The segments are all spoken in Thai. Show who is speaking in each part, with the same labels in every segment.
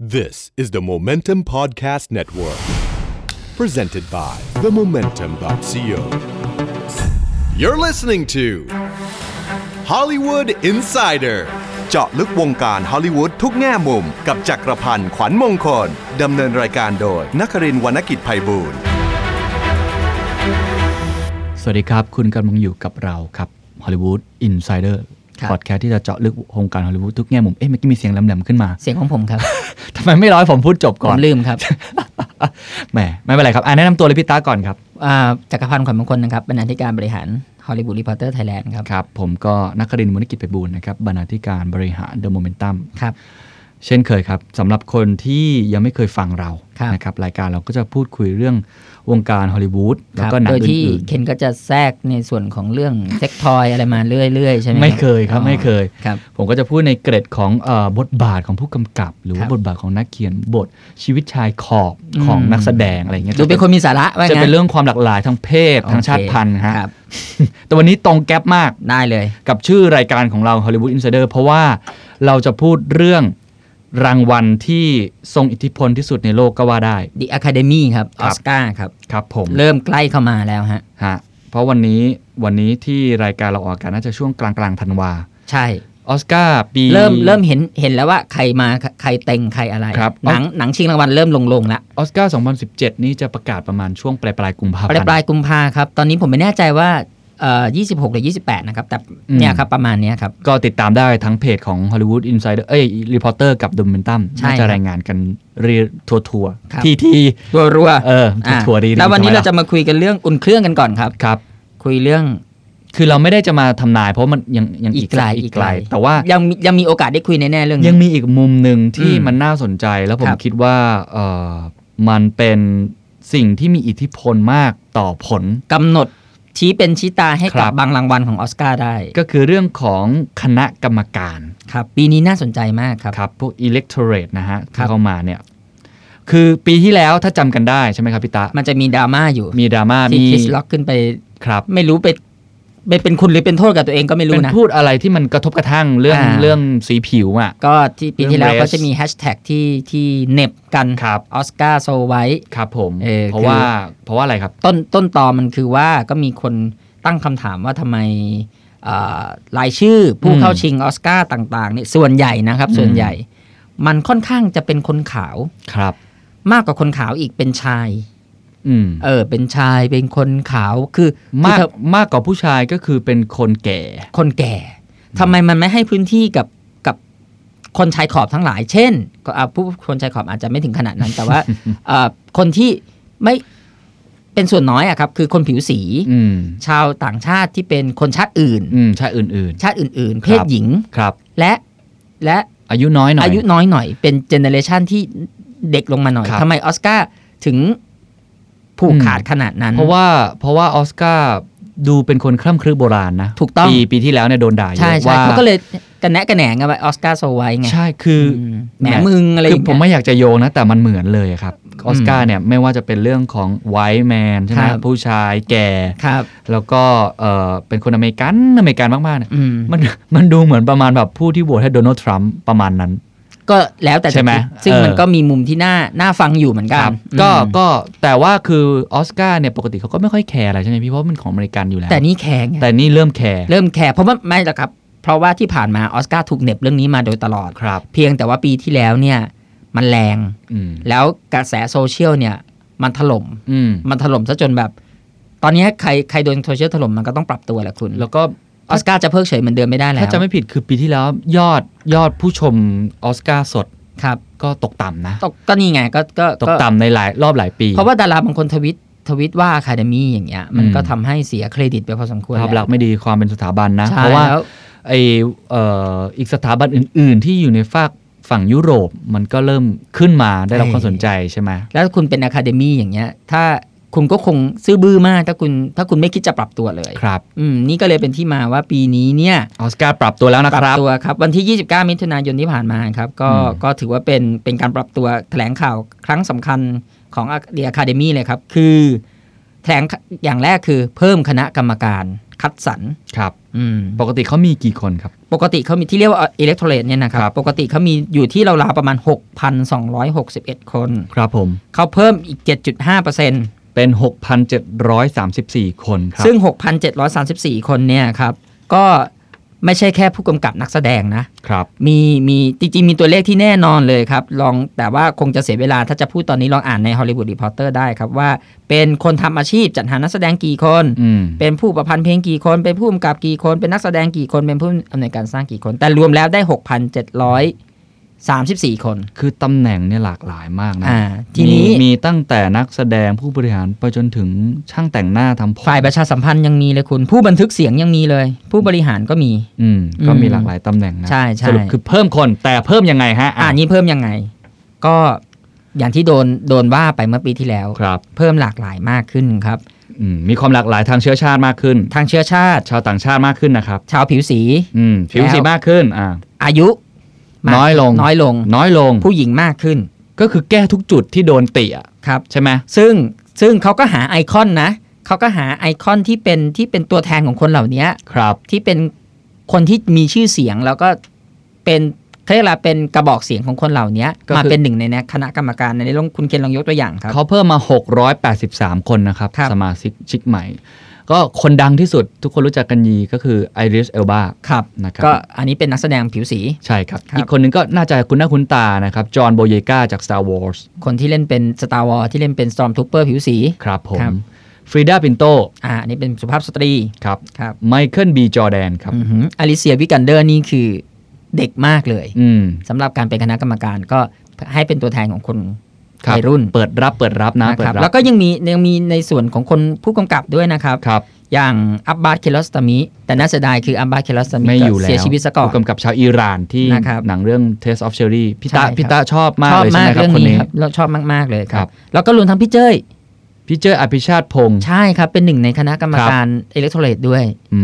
Speaker 1: This is the Momentum Podcast Network, presented by themomentum.co. You're listening to Hollywood Insider เจาะลึกวงการฮอลลีวูดทุกแง่มุม กับจักรพันธ์ขวัญมงคล ดำเนินรายการโดยนักรินทร์วรรณกิจไพบูลย์
Speaker 2: สวัสดีครับ คุณกำลังอยู่กับเราครับฮอลลีวูดอินไซเดอร์
Speaker 3: ครับ
Speaker 2: พอดแคสต์ที่จะเจาะลึกวงการฮอลลีวูดทุกแง่มุม เอ๊ะเมื่อกี้มีเสียงแหลมๆขึ้นมา
Speaker 3: เสียงของผมครับ
Speaker 2: ทำไมไม่ร้อยผมพูดจบ
Speaker 3: ผ
Speaker 2: ก่อน
Speaker 3: ม ลืม ครับ
Speaker 2: แหมไม่เป็นไรครับอ่ะแนะนำตัวเลยพี่ตาก่อนครับ
Speaker 3: อ่าจักรพันธ์ขวัญมงคลนะครับบรรณาธิการบริหารฮอลลีวูดรีพอร์เตอร์ไทยแลนด์ครับ
Speaker 2: ครับ ผมก็นักรินทร์วรรณกิจไปบูลย์นะครับบรรณาธิการบริหารเดอะโมเมนตัม
Speaker 3: ครับ
Speaker 2: เช่นเคยครับสำหรับคนที่ยังไม่เคยฟังเรา
Speaker 3: ครับ
Speaker 2: นะครับรายการเราก็จะพูดคุยเรื่องวงการฮอลลีวูดแล้ว
Speaker 3: ครับ
Speaker 2: ก็หนัง
Speaker 3: โดยที่
Speaker 2: อื่น
Speaker 3: เคนก็จะแทรกในส่วนของเรื่องเซ็กทอยอะไรมาเรื่อย ๆ ใช่ไหม
Speaker 2: ๆไม่เคยครับ
Speaker 3: อ๋อ
Speaker 2: ไม่เคย
Speaker 3: ครับ
Speaker 2: ผมก็จะพูดในเกร็ดของเออบทบาทของผู้กำกับ หรือ
Speaker 3: ค
Speaker 2: ว่า
Speaker 3: รับบ
Speaker 2: ทบาทของนักเขียนบทชีวิตชายขอบ
Speaker 3: อืม
Speaker 2: ของนักแสดงอะไรอย่างเงี้ย
Speaker 3: ดูเป็นคนมีสาระว่า
Speaker 2: จะเป็น
Speaker 3: งั้
Speaker 2: เรื่องความหลากหลายทางเพศ
Speaker 3: โอเค
Speaker 2: ทางชาติพันธุ์ฮะ
Speaker 3: ครับ
Speaker 2: แต่วันนี้ตรงแก๊ปมาก
Speaker 3: ได้เลย
Speaker 2: กับชื่อรายการของเรา Hollywood Insider เพราะว่าเราจะพูดเรื่องรางวัลที่ทรงอิทธิพลที่สุดในโลกก็ว่าได้
Speaker 3: The Academy ครับ
Speaker 2: ค
Speaker 3: อ
Speaker 2: รั
Speaker 3: อบ สการ์ครับ
Speaker 2: ครับผม
Speaker 3: เริ่มใกล้เข้ามาแล้วฮะ
Speaker 2: ฮะเพราะวันนี้วันนี้ที่รายการเราออกอากาศน่าจะช่วงกลางกลางๆธันวา
Speaker 3: ใช่
Speaker 2: ออสการ์ปี
Speaker 3: เริ่มเริ่มเห็นเห็นแล้วว่าใครมาใครใครเต็งใครอะไร
Speaker 2: ครับ
Speaker 3: หนังหนังชิงรางวัลเริ่มลงลงๆละ
Speaker 2: ออสการ์2017 นี่จะประกาศประมาณช่วงปลายปลายๆกุมภาพัน
Speaker 3: ปลาย
Speaker 2: ธ์
Speaker 3: ปลายกุมภาครับ ตอนนี้ผมไม่แน่ใจว่าเอ่อ26 หรือ 28 นะครับ แต่
Speaker 2: อืม
Speaker 3: เนี่ยครับ ประมาณเนี้ยครับ
Speaker 2: ก็ติดตามได้ทั้งเพจของ Hollywood Insider เอ้ย Reporter กับ The Momentum
Speaker 3: ใช่
Speaker 2: น่าจะ
Speaker 3: ครับ
Speaker 2: รายงานกันเรียทัวทัว
Speaker 3: ครับ
Speaker 2: ทีที
Speaker 3: รัวรัว
Speaker 2: เออทัวทัวดี
Speaker 3: แล้ววันนี้
Speaker 2: ทำไม
Speaker 3: เราจะมาคุยกันเรื่องอุ่นเครื่องกันก่อนครับ
Speaker 2: ครับ
Speaker 3: คุยเรื่อง
Speaker 2: คือเราไม่ได้จะมาทำนายเพราะมันยังยัง
Speaker 3: อีกไกล
Speaker 2: สัอี
Speaker 3: อี
Speaker 2: ก
Speaker 3: ก
Speaker 2: ไก
Speaker 3: ไก
Speaker 2: ล
Speaker 3: ล
Speaker 2: แต่ว่า
Speaker 3: ยังมียังมีโอกาสได้คุยแน่ๆเรื่องนี้
Speaker 2: ยังมีอีกมุมหนึ่งที่
Speaker 3: อืม
Speaker 2: มันน่าสนใจแล้วผม
Speaker 3: ครับ
Speaker 2: คิดว่าเออมันเป็นสิ่งที่มีอิทธิพลมากต่อผล
Speaker 3: กำหนดชี้เป็นชี้ตาให้
Speaker 2: ครั
Speaker 3: กับ บบางรางวัลของออสการ์ได้
Speaker 2: ก็คือเรื่องของคณะกรรมการ
Speaker 3: ครับ ปีนี้น่าสนใจมากครับ
Speaker 2: ครับ พวก electorate นะฮะ
Speaker 3: ครั
Speaker 2: ที่
Speaker 3: บ
Speaker 2: เข้ามาเนี่ย คือปีที่แล้วถ้าจำกันได้ใช่ไหมครับพี่ตะ
Speaker 3: มันจะมีดราม่าอยู่
Speaker 2: มีดราม่า
Speaker 3: ที่
Speaker 2: มี
Speaker 3: คริสล็อกขึ้นไป
Speaker 2: ครับ
Speaker 3: ไม่รู้ไปไปเป็นคุณหรือเป็นโทษกับตัวเองก็ไม่รู้
Speaker 2: เป็น
Speaker 3: นะ
Speaker 2: พูดอะไรที่มันกระทบกระทั่งเรื่อง
Speaker 3: อ่า
Speaker 2: เรื่องสีผิวอ่ะ
Speaker 3: ก็ที่ปีที่แล้ว
Speaker 2: เรื่อง race
Speaker 3: ก็จะมีแฮชแท็กที่ที่เหน็บกัน
Speaker 2: ครับ
Speaker 3: ออสการ์โซไว
Speaker 2: ครับผม
Speaker 3: เออ
Speaker 2: เพราะ
Speaker 3: คือ
Speaker 2: ว่าเพราะว่าอะไรครับ
Speaker 3: ต้นต้นตอมันคือว่าก็มีคนตั้งคำถามว่าทำไมเอ่อรายชื่อผู้
Speaker 2: อืม
Speaker 3: เข้าชิงออสการ์ต่างๆเนี่ยส่วนใหญ่นะครับ
Speaker 2: อืม
Speaker 3: ส่วนใหญ่ มันค่อนข้างจะเป็นคนขาว
Speaker 2: ครับ
Speaker 3: มากกว่าคนขาวอีกเป็นชาย
Speaker 2: อืม
Speaker 3: เออ เป็นชายเป็นคนขาวคือ
Speaker 2: มาก
Speaker 3: คือ
Speaker 2: มากกว่าผู้ชายก็คือเป็นคนแก่
Speaker 3: คนแก่ทำไมมันไม่ให้พื้นที่กับกับคนชายขอบทั้งหลาย เช่น ก็อ่ะผู้คนชายขอบอาจจะไม่ถึงขนาดนั้น แต่ว่าเอ่อคนที่ไม่เป็นส่วนน้อยอะครับ คือคนผิวสี
Speaker 2: อืม
Speaker 3: ชาวต่างชาติที่เป็นคนชาติอื่น
Speaker 2: อืมชายอื่น
Speaker 3: ชาติอื่น
Speaker 2: ครับ
Speaker 3: ๆเพศหญิง
Speaker 2: ๆ ครับ
Speaker 3: และและ
Speaker 2: อายุน้อยหน่อย
Speaker 3: อายุน้อยหน่อย เป็นเจเนอเรชันที่เด็กลงมาหน่อย
Speaker 2: ครับ
Speaker 3: ทำไมออสการ์ถึงผูก
Speaker 2: อืม
Speaker 3: ขาดขนาดนั้น
Speaker 2: เพราะว่าเพราะว่าออสการ์ดูเป็นคนคร่ำครึโบราณนะ
Speaker 3: ถูกต้อง
Speaker 2: ปีปีที่แล้วเนี่ยโดนด่าเย
Speaker 3: ใช่
Speaker 2: อะ
Speaker 3: ใช่
Speaker 2: ว่า
Speaker 3: เขาก็เลยกระแนะกระแหนงกันไปออสการ์โซไว้ไง
Speaker 2: ใช่คืออ
Speaker 3: มแหมมึงอะไรอ
Speaker 2: คือย่าง ผม
Speaker 3: เงี้ย
Speaker 2: ไม่อยากจะโยงนะ แต่มันเหมือนเลยอะครับออสการ์เนี่ยไม่ว่าจะเป็นเรื่องของไวท์แมนใช่ไหม
Speaker 3: ครับ
Speaker 2: ผู้ชายแก่
Speaker 3: ครับ
Speaker 2: แล้วก็เออเป็นคนอเมริกัน อเมริกันมากๆเนี่ย
Speaker 3: อืม
Speaker 2: มันมันดูเหมือนประมาณแบบผู้ที่โหวตให้โดนัลด์ทรัมป์ประมาณนั้น
Speaker 3: ก็แล้วแต่จะ
Speaker 2: ใช่ไหม
Speaker 3: คิดซึ่ง
Speaker 2: เออ
Speaker 3: มันก็มีมุมที่น่าน่าฟังอยู่เหมือนกันอืม
Speaker 2: ก็ก็แต่ว่าคือออสการ์เนี่ยปกติเขาก็ไม่ค่อยแคร์อะไรใช่ไหมพี่เพราะมันของอเมริกันอยู่แล้ว
Speaker 3: แต่นี่แข็งไง
Speaker 2: แต่นี่เริ่มแคร์
Speaker 3: เริ่มแคร์เพราะว่าไม่หรอกครับ เพราะว่าที่ผ่านมาออสการ์ถูกเหน็บเรื่องนี้มาโดยตลอด
Speaker 2: ครับ
Speaker 3: เพียงแต่ว่าปีที่แล้วเนี่ย มันแรง
Speaker 2: อืม
Speaker 3: แล้วกระแสโซเชียลเนี่ย มันถล่ม
Speaker 2: อืม
Speaker 3: มันถล่มซะจนแบบ ตอนนี้ใครใครโดนโซเชียลถล่มมันก็ต้องปรับตัวแหละคุณ
Speaker 2: แล้วก็
Speaker 3: ออสการ์จะเพิกเฉยเหมือนเดิมไม่ได้แล้ว
Speaker 2: ถ้าจะไม่ผิดคือปีที่แล้วยอดยอดผู้ชมออสการ์สด
Speaker 3: ครับ
Speaker 2: ก็ตกต่ำนะ
Speaker 3: ตกก็นี่ไงก็ก็
Speaker 2: ตกต่ำในหลายรอบหลายปี
Speaker 3: เพราะว่าดาราบางคนทวิตทวิตว่าคาเดมี่อย่างเงี้ย มัน
Speaker 2: อืม
Speaker 3: ก็ทำให้เสียเครดิตไปพอสมควร
Speaker 2: ภาพลั
Speaker 3: แล้
Speaker 2: กษ
Speaker 3: ว
Speaker 2: ณ์ไม่ดีความเป็นสถาบันนะ
Speaker 3: ใช่
Speaker 2: เพราะว่า
Speaker 3: แล้ว
Speaker 2: ไอเอ่ออีกสถาบันอื่น ๆ ที่อยู่ในฝากฝั่งยุโรปมันก็เริ่มขึ้นมาได้รับความสนใจใช่ไหม
Speaker 3: แล้วคุณเป็นอะคาเดมี่อย่างเงี้ย ถ้าคุณก็คงซื่อบื้อมากถ้าคุณถ้าคุณไม่คิดจะปรับตัวเลย
Speaker 2: ครับ
Speaker 3: อืมนี่ก็เลยเป็นที่มาว่าปีนี้เนี่ย
Speaker 2: ออสการ์ปรับตัวแล้วนะ
Speaker 3: ปรั
Speaker 2: ครับ
Speaker 3: ตัวครับวันที่ 29 มิถุนายนที่ผ่านมาครับก็
Speaker 2: อืม
Speaker 3: ก็ถือว่าเป็นเป็นการปรับตัวแถลงข่าวครั้งสำคัญของเดียคาเดมีเลยครับ คือแถลงอย่างแรกคือเพิ่มคณะกรรมการ คัดสรร
Speaker 2: ครับ
Speaker 3: อืม
Speaker 2: ปกติเขามีกี่คนครับ
Speaker 3: ปกติเขามีที่เรียกว่าอิเล็กโทรเลตเนี่ยนะครับ
Speaker 2: ครับ
Speaker 3: ปกติเขามีอยู่ที่ราวๆประมาณ 6,261 คน
Speaker 2: ครับผม
Speaker 3: เขาเพิ่มอีก 7.5%
Speaker 2: เป็น 6,734 คนครับ
Speaker 3: ซึ่ง 6,734 คนเนี่ยครับ ก็ไม่ใช่แค่ผู้กำกับนักแสดงนะ
Speaker 2: ครับ
Speaker 3: มีมีจริงๆมีตัวเลขที่แน่นอนเลยครับ ลองแต่ว่าคงจะเสียเวลาถ้าจะพูดตอนนี้ลองอ่านใน Hollywood Reporter ได้ครับ ว่าเป็นคนทำอาชีพจัดหานักแสดงกี่คน
Speaker 2: อืม
Speaker 3: เป็นผู้ประพันธ์เพลงกี่คน เป็นผู้กำกับกี่คน เป็นนักแสดงกี่คน เป็นผู้อำนวยการสร้างกี่คน แต่รวมแล้วได้ 6,734 คน
Speaker 2: คือตำแหน่งเนี่ยหลากหลายมากนะ
Speaker 3: อ่า ที
Speaker 2: มี
Speaker 3: นี้
Speaker 2: มีตั้งแต่นักแสดงผู้บริหารไปจนถึงช่างแต่งหน้าทำผม
Speaker 3: ฝ่ายประชาสัมพันธ์ยังมีเลยคุณ ผู้บันทึกเสียงยังมีเลย ผู้บริหารก็มี
Speaker 2: อืม ก็
Speaker 3: อืม
Speaker 2: มีหลากหลายตำแหน่งนะ
Speaker 3: ใช่ใช่
Speaker 2: สรุปคือเพิ่มคนแต่เพิ่มยังไงฮะ
Speaker 3: อ่านี่เพิ่มยังไง ก็อย่างที่โดนโดนว่าไปเมื่อปีที่แล้ว
Speaker 2: ครับ
Speaker 3: เพิ่มหลากหลายมากขึ้นครับ
Speaker 2: อืมมีความหลากหลายทางเชื้อชาติมากขึ้น
Speaker 3: ทางเชื้อชาติ
Speaker 2: ชาวต่างชาติมากขึ้นนะครับ
Speaker 3: ชาวผิวสี
Speaker 2: อืมผิวสีมากขึ้นอ่า
Speaker 3: อายุมาก
Speaker 2: น้อยลง
Speaker 3: น้อยลง
Speaker 2: น้อยลง
Speaker 3: ผู้หญิงมากขึ้น
Speaker 2: ก็คือแก้ทุกจุดที่โดนติอะ
Speaker 3: ครับ
Speaker 2: ใช่ไหม
Speaker 3: ซึ่งซึ่งเขาก็หาไอคอนนะ เขาก็หาไอคอนที่เป็นที่เป็นตัวแทนของคนเหล่านี้
Speaker 2: ครับ
Speaker 3: ที่เป็นคนที่มีชื่อเสียงแล้วก็เป็นเขาเรียกอะไรเป็นกระบอกเสียงของคนเหล่านี้
Speaker 2: ก็คือ
Speaker 3: มาเป็นหนึ่งในนะคณะกรรมการในลองคุณเคนลองยกตัวอย่างครับ
Speaker 2: เขาเพิ่มมา 683 คนนะครับ
Speaker 3: ครับ
Speaker 2: สมาชิกชิกใหม่ ก็คนดังที่สุดทุกคนรู้จักกันยีก็คือไอริสเอลบา
Speaker 3: ครับ
Speaker 2: นะครับ
Speaker 3: ก็อันนี้เป็นนักแสดงผิวสี
Speaker 2: ใช่ครับ
Speaker 3: ครับ
Speaker 2: อีกคนหนึ่งก็น่าจะคุ้นหน้าคุ้นตานะครับ จอห์นโบเยกาจาก Star Wars
Speaker 3: คนที่เล่นเป็นสตาร์วอที่เล่นเป็นสตอมทูเปอร์ผิวสี
Speaker 2: ครับผ
Speaker 3: ครั
Speaker 2: ม
Speaker 3: บ
Speaker 2: ฟรีดาปินโต
Speaker 3: อ่าอันนี้เป็นสุภาพสตรี
Speaker 2: ครับ
Speaker 3: ครับ
Speaker 2: ไมเคิลบีจอแดนครับ
Speaker 3: อือหืออลิเซียวิกันเดอร์นี่คือเด็กมากเลย
Speaker 2: อืม
Speaker 3: สำหรับการเป็นคณะกรรมการก็ให้เป็นตัวแทนของคน
Speaker 2: ครับ
Speaker 3: วัยรุ่น
Speaker 2: เปิดรับเปิดรับนะ
Speaker 3: นะ
Speaker 2: เปิ
Speaker 3: ครับ
Speaker 2: ดรับ
Speaker 3: แล้วก็ยังมียังมีในส่วนของคนผู้กำกับด้วยนะครับ
Speaker 2: ครับ
Speaker 3: อย่างอับบาสเคลอสตามิ แต่น่าเสียดายคืออับบาสเคลอสตามิ
Speaker 2: ไม่อยู่แล้ว
Speaker 3: เสียชีวิตซะก่อน
Speaker 2: ผู้กำกับชาวอิหร่านที่
Speaker 3: นะครับ
Speaker 2: หนังเรื่อง Taste of Cherry พี่ตา
Speaker 3: ใช่ครับ
Speaker 2: พี่ตาชอบมาก
Speaker 3: ชอบ
Speaker 2: เลยใช่
Speaker 3: มา
Speaker 2: ไห
Speaker 3: ก
Speaker 2: มครับ
Speaker 3: เรื่อง
Speaker 2: คน
Speaker 3: นี้
Speaker 2: นี้
Speaker 3: ครับเราชอบมาก ๆ เลยค
Speaker 2: ครั
Speaker 3: รับ
Speaker 2: บ
Speaker 3: แล้วก็รวมทั้งพี่เจ้ย
Speaker 2: พี่เจออภิชาติพงศ์
Speaker 3: ใช่ครับ เป็นหนึ่งในคณะกรรม
Speaker 2: ครับ
Speaker 3: การอิเล็กโทรเลตด้วย
Speaker 2: อื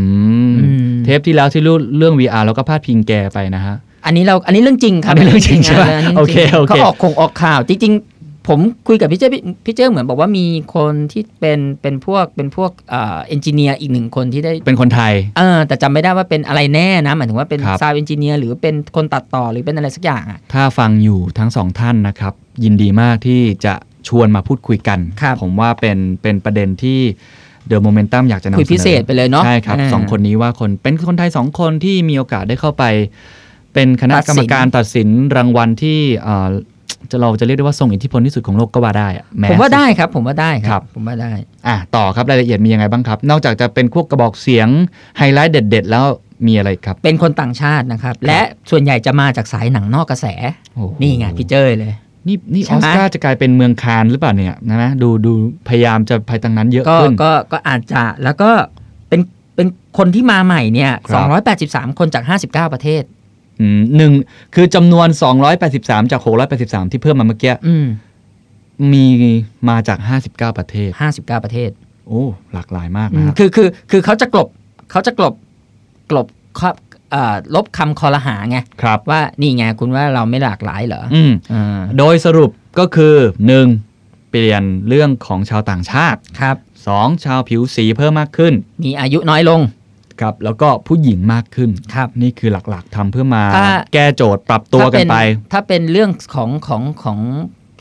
Speaker 2: ม
Speaker 3: อืม
Speaker 2: เทปที่แล้วที่รู้เรื่อง VR แล้วก็พาดพิงแกไปนะฮะ
Speaker 3: อันนี้เราอันนี้เรื่องจริงครั
Speaker 2: อั
Speaker 3: บ
Speaker 2: นนี้เรื่องจริงใช่ไหม
Speaker 3: นนี้
Speaker 2: โอเค
Speaker 3: จริง
Speaker 2: โอเค
Speaker 3: เขาออกคงออกข่าวจริงๆ ผมคุยกับพี่เจ้ยพี่พี่เจ้ยเหมือนบอกว่ามีคนที่เป็นเป็นพวกเป็นพวกเอนจิเนียร์อีกหนึ่งคนที่ได้
Speaker 2: เป็นคนไทย
Speaker 3: เออแต่จำไม่ได้ว่าเป็นอะไรแน่นะหมายถึงว่าเป็น
Speaker 2: ครับ
Speaker 3: ซาวเอนจิเนียร์หรือเป็นคนตัดต่อหรือเป็นอะไรสักอย่างอ่ะ
Speaker 2: ถ้าฟังอยู่ทั้งสองท่านนะครับ ยินดีมากที่จะชวนมาพูดคุยกัน
Speaker 3: ครับ
Speaker 2: ผมว่าเป็นเป็นประเด็นที่เดอะโมเมนตัมอยากจะนำเสนอ
Speaker 3: คุยพิเศษไปเลยเนาะ
Speaker 2: ใช่ครับ
Speaker 3: า
Speaker 2: สองคนนี้ว่าคนเป็นคนไทยสองคนที่มีโอกาสได้เข้าไป เป็นคณะกรรมการตัดสินรางวัลที่เอ่อจะเราจะเรียกได้ว่าทรงอิทธิพลที่สุดของโลกก็ว่าได้อะแส
Speaker 3: ผมว่าได้ครับ ผมว่าได้ค
Speaker 2: ครั
Speaker 3: รับ บ ผมว่าได้
Speaker 2: อ่ะต่อครับรายละเอียดมียังไงบ้างครับ นอกจากจะเป็นพวกกระบอกเสียงไฮไลท์เด็ด ๆ แล้วมีอะไรครับ
Speaker 3: เป็นคนต่างชาตินะครับ และส่วนใหญ่จะมาจากสายหนังนอกกระแส
Speaker 2: โอ้โห
Speaker 3: นี่ไงพี่เจ้ยเลย
Speaker 2: นี่นี่อ
Speaker 3: ใช่
Speaker 2: อ
Speaker 3: ไหม
Speaker 2: สการ์จะกลายเป็นเมืองคานหรือเปล่าเนี่ยนะนะดูดูพยายามจะไปทางนั้นเยอะ
Speaker 3: ก็
Speaker 2: ขึ้น
Speaker 3: ก็ก็อาจจะแล้วก็เป็นเป็นคนที่มาใหม่เนี่ย
Speaker 2: ครับ
Speaker 3: 283 คนจาก 59 ประเทศ
Speaker 2: อืมหนึ่งคือจำนวน 283 จาก 683 ที่เพิ่มมาเมื่อกี้
Speaker 3: อืม
Speaker 2: มีมาจาก 59 ประเทศ
Speaker 3: 59 ประเทศ
Speaker 2: โอ้ หลากหลายมาก
Speaker 3: อื
Speaker 2: นะ
Speaker 3: ม
Speaker 2: ครับ
Speaker 3: คือคือคือเขาจะกลบเขาจะกลบกลบข้อเอ่อลบคำคอรหาไง
Speaker 2: ครับ
Speaker 3: ว่านี่ไงคุณว่าเราไม่หลากหลายเหรอ
Speaker 2: อืม
Speaker 3: อ่า
Speaker 2: โดยสรุปก็คือ 1. เปลี่ยนเรื่องของชาวต่างชาติ
Speaker 3: ครับ
Speaker 2: 2. ชาวผิวสีเพิ่มมากขึ้น
Speaker 3: มีอายุน้อยลง
Speaker 2: ครับแล้วก็ผู้หญิงมากขึ้น
Speaker 3: ครับ
Speaker 2: นี่คือหลักๆทำเพื่อมา
Speaker 3: ถ้า
Speaker 2: แก้โจทย์ปรับตัวกันไป
Speaker 3: ถ้าเป็นเรื่องของของของ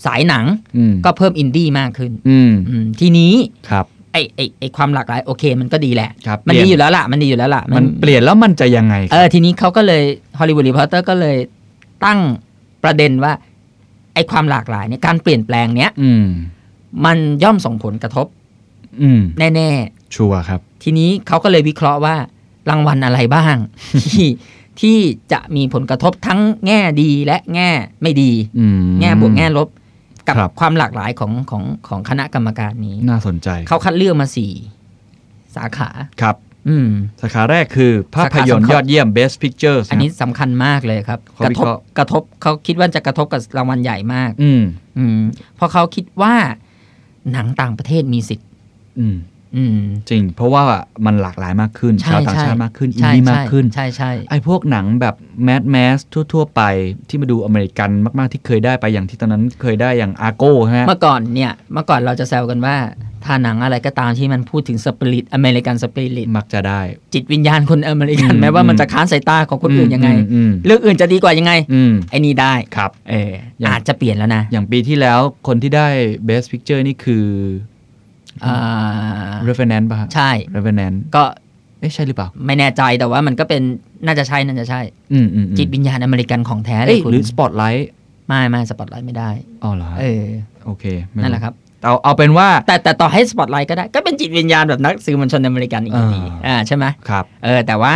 Speaker 3: สายหนัง
Speaker 2: อืม
Speaker 3: ก็เพิ่มอินดี้มากขึ้น
Speaker 2: อืม
Speaker 3: อืมทีนี้
Speaker 2: ครับ
Speaker 3: ไอไอไอความหลากหลายโอเค มันก็ดีแหละ
Speaker 2: ครับ
Speaker 3: มัน
Speaker 2: เปลี่ยน
Speaker 3: ดีอยู่แล้วล่ะ มันดีอยู่แล้วล่ะ
Speaker 2: มันเปลี่ยนแล้วมันจะยังไงค
Speaker 3: เอ
Speaker 2: รับ
Speaker 3: อทีนี้เขาก็เลยฮอลลีวูดรีพอร์เตอร์ก็เลยตั้งประเด็นว่า ไอความหลากหลายเนี่ยการเปลี่ยนแปลงเนี้ย
Speaker 2: อืม
Speaker 3: มันย่อมส่งผลกระทบ
Speaker 2: อืม
Speaker 3: แน่ ๆ
Speaker 2: ชัวร์ครับ
Speaker 3: ทีนี้เขาก็เลยวิเคราะห์ว่ารางวัลอะไรบ้าง ที่ที่จะมีผลกระทบทั้งแง่ดีและแง่ไม่ดี
Speaker 2: อืม
Speaker 3: แง่บวกแง่ลบ กับ
Speaker 2: ครับ
Speaker 3: ความหลากหลายของของของคณะกรรมการนี้
Speaker 2: น่าสนใจ
Speaker 3: เขาคัดเลือกมาสี่สาขา
Speaker 2: ครับ
Speaker 3: อืม
Speaker 2: สาขาแรกคือภาพยนตร์
Speaker 3: สาขาสำคัญ
Speaker 2: ยอดเยี่ยม best pictures
Speaker 3: อันนี้
Speaker 2: ะ
Speaker 3: สำคัญมากเลยครับ
Speaker 2: เขา
Speaker 3: กระ
Speaker 2: วิ
Speaker 3: ท
Speaker 2: เค
Speaker 3: บ
Speaker 2: ราะห์
Speaker 3: กระทบเขาคิดว่าจะกระทบกับรางวัลใหญ่มาก
Speaker 2: อืม
Speaker 3: อืม เพราะเขาคิดว่าหนังต่างประเทศมีสิทธิ์
Speaker 2: อืม
Speaker 3: อืม
Speaker 2: จริง เพราะว่ามันหลากหลายมากขึ้น
Speaker 3: ใช่
Speaker 2: ชาวต่างชาติมากขึ้น อิน
Speaker 3: ใช่
Speaker 2: ดี้มากขึ้น
Speaker 3: ใช่ใช่ใช่
Speaker 2: ไอ้พวกหนังแบบแมสแมสทั่ว ๆ ไปที่มาดูอเมริกันมาก ๆ ที่เคยได้ไปอย่างที่ตอนนั้นเคยได้อย่างอาโก้ฮะ
Speaker 3: เมื่อก่อนเนี่ยเมื่อก่อนเราจะแซวกันว่าไท าหนังอะไรก็ตามที่มันพูดถึงสปิริตอเมริกันสปิริต
Speaker 2: มักจะได้
Speaker 3: จิตวิญญาณคนอเมริกัน
Speaker 2: อืม
Speaker 3: แม้ว่ามัน
Speaker 2: อืม
Speaker 3: จะค้านสายตาของคนอื่นยังไง
Speaker 2: อืม
Speaker 3: เรื่องอื่นจะดีกว่ายังไง
Speaker 2: อืม
Speaker 3: ไอ้นี่ได้
Speaker 2: ครับ
Speaker 3: เอออย่าง อาจจะเปลี่ยนแล้วนะ
Speaker 2: อย่างปีที่แล้วคนที่ได้ Best Picture นี่คือ
Speaker 3: อ่า
Speaker 2: r e v e n a n t ป่ะฮะ
Speaker 3: ใช่
Speaker 2: r e v e n a n t
Speaker 3: ก็
Speaker 2: เอ๊ะใช่หรือเปล่า
Speaker 3: ไม่แน่ใจแต่ว่ามันก็เป็นน่าจะใช่น่าจะใช่
Speaker 2: อืมอืมอืม
Speaker 3: จิตวิญญาณอเมริกันของแท้เล
Speaker 2: เอ้
Speaker 3: ย
Speaker 2: ย
Speaker 3: คุณ
Speaker 2: หรือ Spotlight
Speaker 3: ไม่ไม่สปอตไลท์ไม่ได้
Speaker 2: อ๋อเหรอฮะ
Speaker 3: เออ
Speaker 2: โอเคไม่
Speaker 3: นั่นแหละครับ
Speaker 2: เอาเอาเป็นว่า
Speaker 3: แต่แต่ต่อให้สปอตไลท์ก็ได้ ก็เป็นจิตวิญญาณแบบนักสื่อมวลชนอเมริกันอีกที
Speaker 2: อ่า
Speaker 3: อ่าใช่ไหม
Speaker 2: ครับ
Speaker 3: เออ แต่ว่า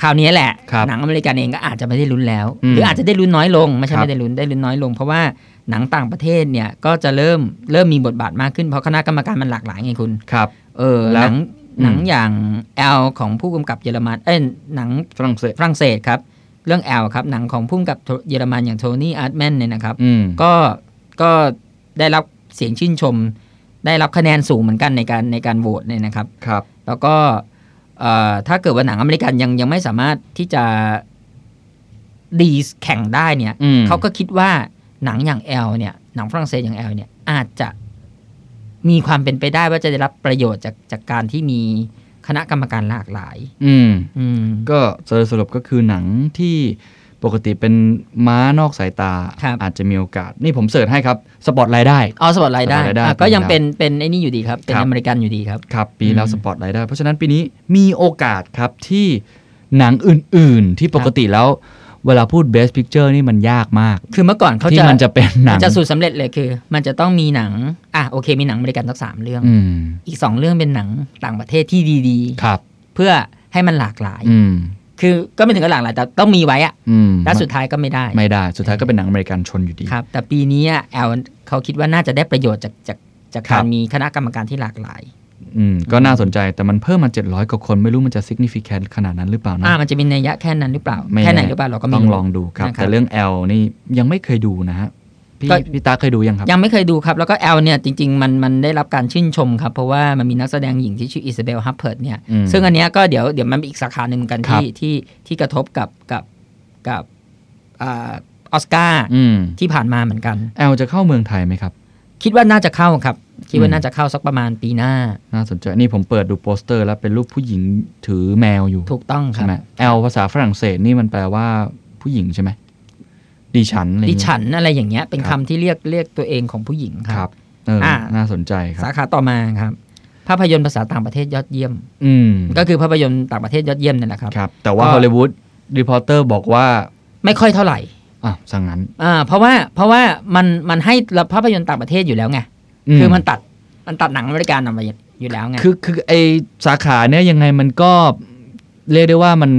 Speaker 3: คราวนี้แหละ
Speaker 2: ครับ
Speaker 3: หนังอเมริกันเองก็อาจจะไม่ได้ลุ้นแล้ว
Speaker 2: อืม
Speaker 3: หรืออาจจะได้ลุ้นน้อยลง ไม่
Speaker 2: ครับ
Speaker 3: ใช่ไม่ได้ลุ้นได้ลุ้นน้อยลง เพราะว่าหนังต่างประเทศเนี่ยก็จะเริ่มเริ่มมีบทบาทมากขึ้นเพราะคณะกรรมการมันหลากหลายไงคุณ
Speaker 2: ครับ
Speaker 3: เออ
Speaker 2: แล้
Speaker 3: ห
Speaker 2: ว
Speaker 3: นัง
Speaker 2: อืม
Speaker 3: หนังอย่างแอลของผู้กำกับเยอรมันเอ้ยหนัง
Speaker 2: ฝรั่งเศส
Speaker 3: ฝรั่งเศสครับ เรื่องแอลครับหนังของผู้กำกับเยอรมันอย่างโทนี่อาร์ตแมนเนี่ยนะครับ
Speaker 2: อืม
Speaker 3: ก็ก็ได้รับเสียงชื่นชม ได้รับคะแนนสูงเหมือนกันในการในการโหวตเนี่ยนะครับ
Speaker 2: ครับ
Speaker 3: แล้วก็เอ่อถ้าเกิดว่าหนังอเมริกันยังยังไม่สามารถที่จะดีแข่งได้เนี่ย
Speaker 2: อืม
Speaker 3: เขาก็คิดว่าหนังอย่างแอลเนี่ยหนังฝรั่งเศสอย่างแอลเนี่ยอาจจะมีความเป็นไปได้ว่าจะได้รับประโยชน์จากจากการที่มีคณะกรรมการหลากหลาย
Speaker 2: อืม
Speaker 3: อืม
Speaker 2: ก็สรุปสรุปก็คือหนังที่ปกติเป็นม้านอกสายตา
Speaker 3: ครับ
Speaker 2: อาจจะมีโอกาส นี่ผมเสิร์ชให้ครับ สปอตไลท์ได้
Speaker 3: เอาสปอตไลท์ได้
Speaker 2: Spotlight ได้
Speaker 3: อ่ะก็ยัง
Speaker 2: ครับ
Speaker 3: เป็นเป็นไอ้นี่อยู่ดีครับ เป็น
Speaker 2: ครับ
Speaker 3: อเมริกันอยู่ดีครับ
Speaker 2: ครับ ปีแล้ว
Speaker 3: อืม
Speaker 2: สปอตไลท์ได้ เพราะฉะนั้นปีนี้มีโอกาสครับที่หนังอื่น ๆ ที่ปกติแล้ว เวลาพูด Best Picture นี่มันยากมาก
Speaker 3: คือเมื่อก่อนเขา
Speaker 2: ที่
Speaker 3: จะ
Speaker 2: มันจะเป็นหนั
Speaker 3: มั
Speaker 2: ง
Speaker 3: นจะสูตรสำเร็จเลยคือ มันจะต้องมีหนัง อ่ะโอเค มีหนังอเมริกันสักสามเรื่อง
Speaker 2: อืม
Speaker 3: อีกสองเรื่องเป็นหนังต่างประเทศที่ดี
Speaker 2: ครับ
Speaker 3: ๆ เพื่อให้มันหลากหลาย
Speaker 2: อืม
Speaker 3: คือก็ไม่ถึงกับหลากหลายแต่ต้องมีไว้อะ
Speaker 2: อืม
Speaker 3: แล้วสุดท้ายก็ไม่ได้
Speaker 2: ไม่ได้ สุดท้ายก็เป็นหนังอเมริกันชนอยู่ดี
Speaker 3: ครับ แต่ปีนี้อะแอลเขาคิดว่าน่าจะได้ประโยชน์จากจากจาก
Speaker 2: ครั
Speaker 3: การ
Speaker 2: บ
Speaker 3: มีคณะกรรมการที่หลากหลาย
Speaker 2: อืมก็น่าสนใจแต่มันเพิ่มมา 700กว่าคนไม่รู้มันจะ significant ขนาดนั้นหรือเปล่านะ
Speaker 3: อ่ามันจะมีนัยยะแค่นั้นหรือเปล่า
Speaker 2: ไม่
Speaker 3: แค่ไหน
Speaker 2: แน่
Speaker 3: หรือเปล่าเราก็ไม่
Speaker 2: ต้อง
Speaker 3: รู้
Speaker 2: ลองดูครับ
Speaker 3: นะครับ
Speaker 2: แต่เรื่อง L นี่ยังไม่เคยดูนะฮะ พี่
Speaker 3: ก็
Speaker 2: พี่ตาเคยดูยังครับ
Speaker 3: ยังไม่เคยดูครับ แล้วก็แอลเนี่ยจริง ๆ มันมันได้รับการชื่นชมครับ เพราะว่ามันมีนักแสดงหญิงที่ชื่ออิซาเบลฮับเพิร์ดเนี่ย
Speaker 2: อืม
Speaker 3: ซึ่งอันเนี้ยก็เดี๋ยวเดี๋ยวมันมีอีกสาขาหนึ่งเหมือนกัน
Speaker 2: ครับ
Speaker 3: ที่ที่ที่กระทบกับกับกับอ่าออสการ์
Speaker 2: อืม
Speaker 3: ที่ผ่านมาเหมือนกัน
Speaker 2: L จะเข้าเมืองไทยไหมครับ
Speaker 3: คิดว่าน่าจะเข้าครับ คิด
Speaker 2: อื
Speaker 3: ว่าม น่าจะเข้าสักประมาณปีหน้า
Speaker 2: น่าสนใจ นี่ผมเปิดดูโปสเตอร์แล้วเป็นรูปผู้หญิงถือแมวอยู่
Speaker 3: ถูกต้องค
Speaker 2: ใช่
Speaker 3: รับ
Speaker 2: ไหม L ภาษาฝรั่งเศสนี่มันแปลว่าผู้หญิงใช่ไหมดิฉันอะไรอย่างเงี้ย
Speaker 3: ดิฉันอะไรอย่างเงี้ยเป็น
Speaker 2: ครั
Speaker 3: คำ
Speaker 2: บ
Speaker 3: ที่เรียกเรียกตัวเองของผู้หญิงค
Speaker 2: ค
Speaker 3: รั
Speaker 2: รับ บเอออา น่าสนใจค
Speaker 3: สา
Speaker 2: รับ
Speaker 3: ขาต่อมาครับภาพยนตร์ภาษาต่างประเทศยอดเยี่ยม
Speaker 2: อืม
Speaker 3: ก็คือภาพยนตร์ต่างประเทศยอดเยี่ยมนั่นแหละครับ
Speaker 2: ครับ แต่ว่า
Speaker 3: ก็
Speaker 2: ฮอลลีวูดรีพอร์เตอร์บอกว่า
Speaker 3: ไม่ค่อยเท่าไหร่
Speaker 2: อ่ะสังงั้น
Speaker 3: อ่าเพราะว่าเพราะว่ามันมันให้ภาพยนตร์ต่างประเทศอยู่แล้วไงคือมันตัดมันตัดหนังอเมริกันออกมาอยู่แล้วไง
Speaker 2: คือคือไอสาขาเนี้ยยังไงมันก็เรียกได้ว่ามัน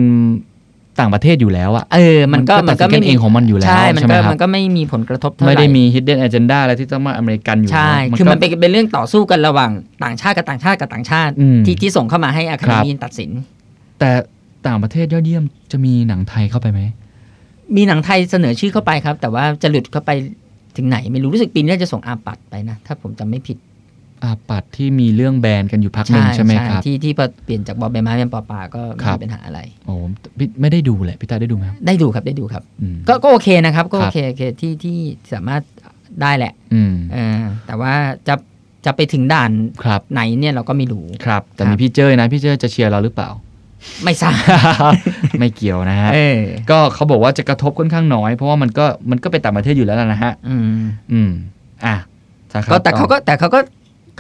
Speaker 2: ต่างประเทศอยู่แล้วอะ
Speaker 3: เออมันก็
Speaker 2: มันก็ตัดสินกันเองของมันอยู่แล้ว
Speaker 3: ใช่มัน
Speaker 2: ใช่ไหมค
Speaker 3: ก็
Speaker 2: รับ
Speaker 3: มันก็ไม่มีผลกระทบเท่าไหร่
Speaker 2: ไม่ได้มี hidden agenda อะไรที่ต้องมาอเมริกันอยู่
Speaker 3: ใช่
Speaker 2: แล้ว
Speaker 3: คือ
Speaker 2: ก็
Speaker 3: มันเป็นเป็นเรื่องต่อสู้กันระหว่างต่างชาติกับต่างชาติกับต่างชาติ
Speaker 2: อืม
Speaker 3: ที่ที่ส่งเข้ามาให้อาคา
Speaker 2: ครั
Speaker 3: เด
Speaker 2: บ
Speaker 3: มีตัดสิน
Speaker 2: แต่ต่างประเทศยอดเยี่ยมจะมีหนังไทยเข้าไปไหม
Speaker 3: มีหนังไทยเสนอชื่อเข้าไปครับ แต่ว่าจะหลุดเข้าไปถึงไหน ไม่รู้รู้สึกปีนี้จะส่งอาปัดไปนะถ้าผมจำไม่ผิด
Speaker 2: อาปัดที่มีเรื่องแบนกันอยู่พักหนึ่งใช่ไหมครับ
Speaker 3: ที่ที่พอเปลี่ยนจากบอใบไม้เป็นปอปลาก็ไม่
Speaker 2: ครับ
Speaker 3: มีปัญหาอะไร
Speaker 2: โอ้พี่ไม่ได้ดูแหละพี่ตาได้ดูไหมครับ
Speaker 3: ได้ดูครับได้ดูครับ
Speaker 2: อืม
Speaker 3: ก็ก็โอเคนะครับ ก็
Speaker 2: ครั
Speaker 3: โอบ เคโอเคที่ที่สามารถได้แหละ
Speaker 2: อืม
Speaker 3: เออแต่ว่าจะจะไปถึงด่าน
Speaker 2: ครับ
Speaker 3: ไหนเนี่ยเราก็ไม่รู้
Speaker 2: ครับ แต่
Speaker 3: ครั
Speaker 2: มี
Speaker 3: บ
Speaker 2: พี่เจ้ยนะ พี่เจ้ยจะเชียร์เราหรือเปล่า
Speaker 3: ไม่ทราบ
Speaker 2: ไม่เกี่ยวนะฮะ
Speaker 3: เออ
Speaker 2: ก็เขาบอกว่าจะกระทบค่อนข้างน้อย เพราะว่ามันก็มันก็เป็นต่างประเทศอยู่แล้วล่ะนะฮะ
Speaker 3: อืม
Speaker 2: อืม อ่ะสาขา
Speaker 3: ก็แต่เขาก็แต่เขาก็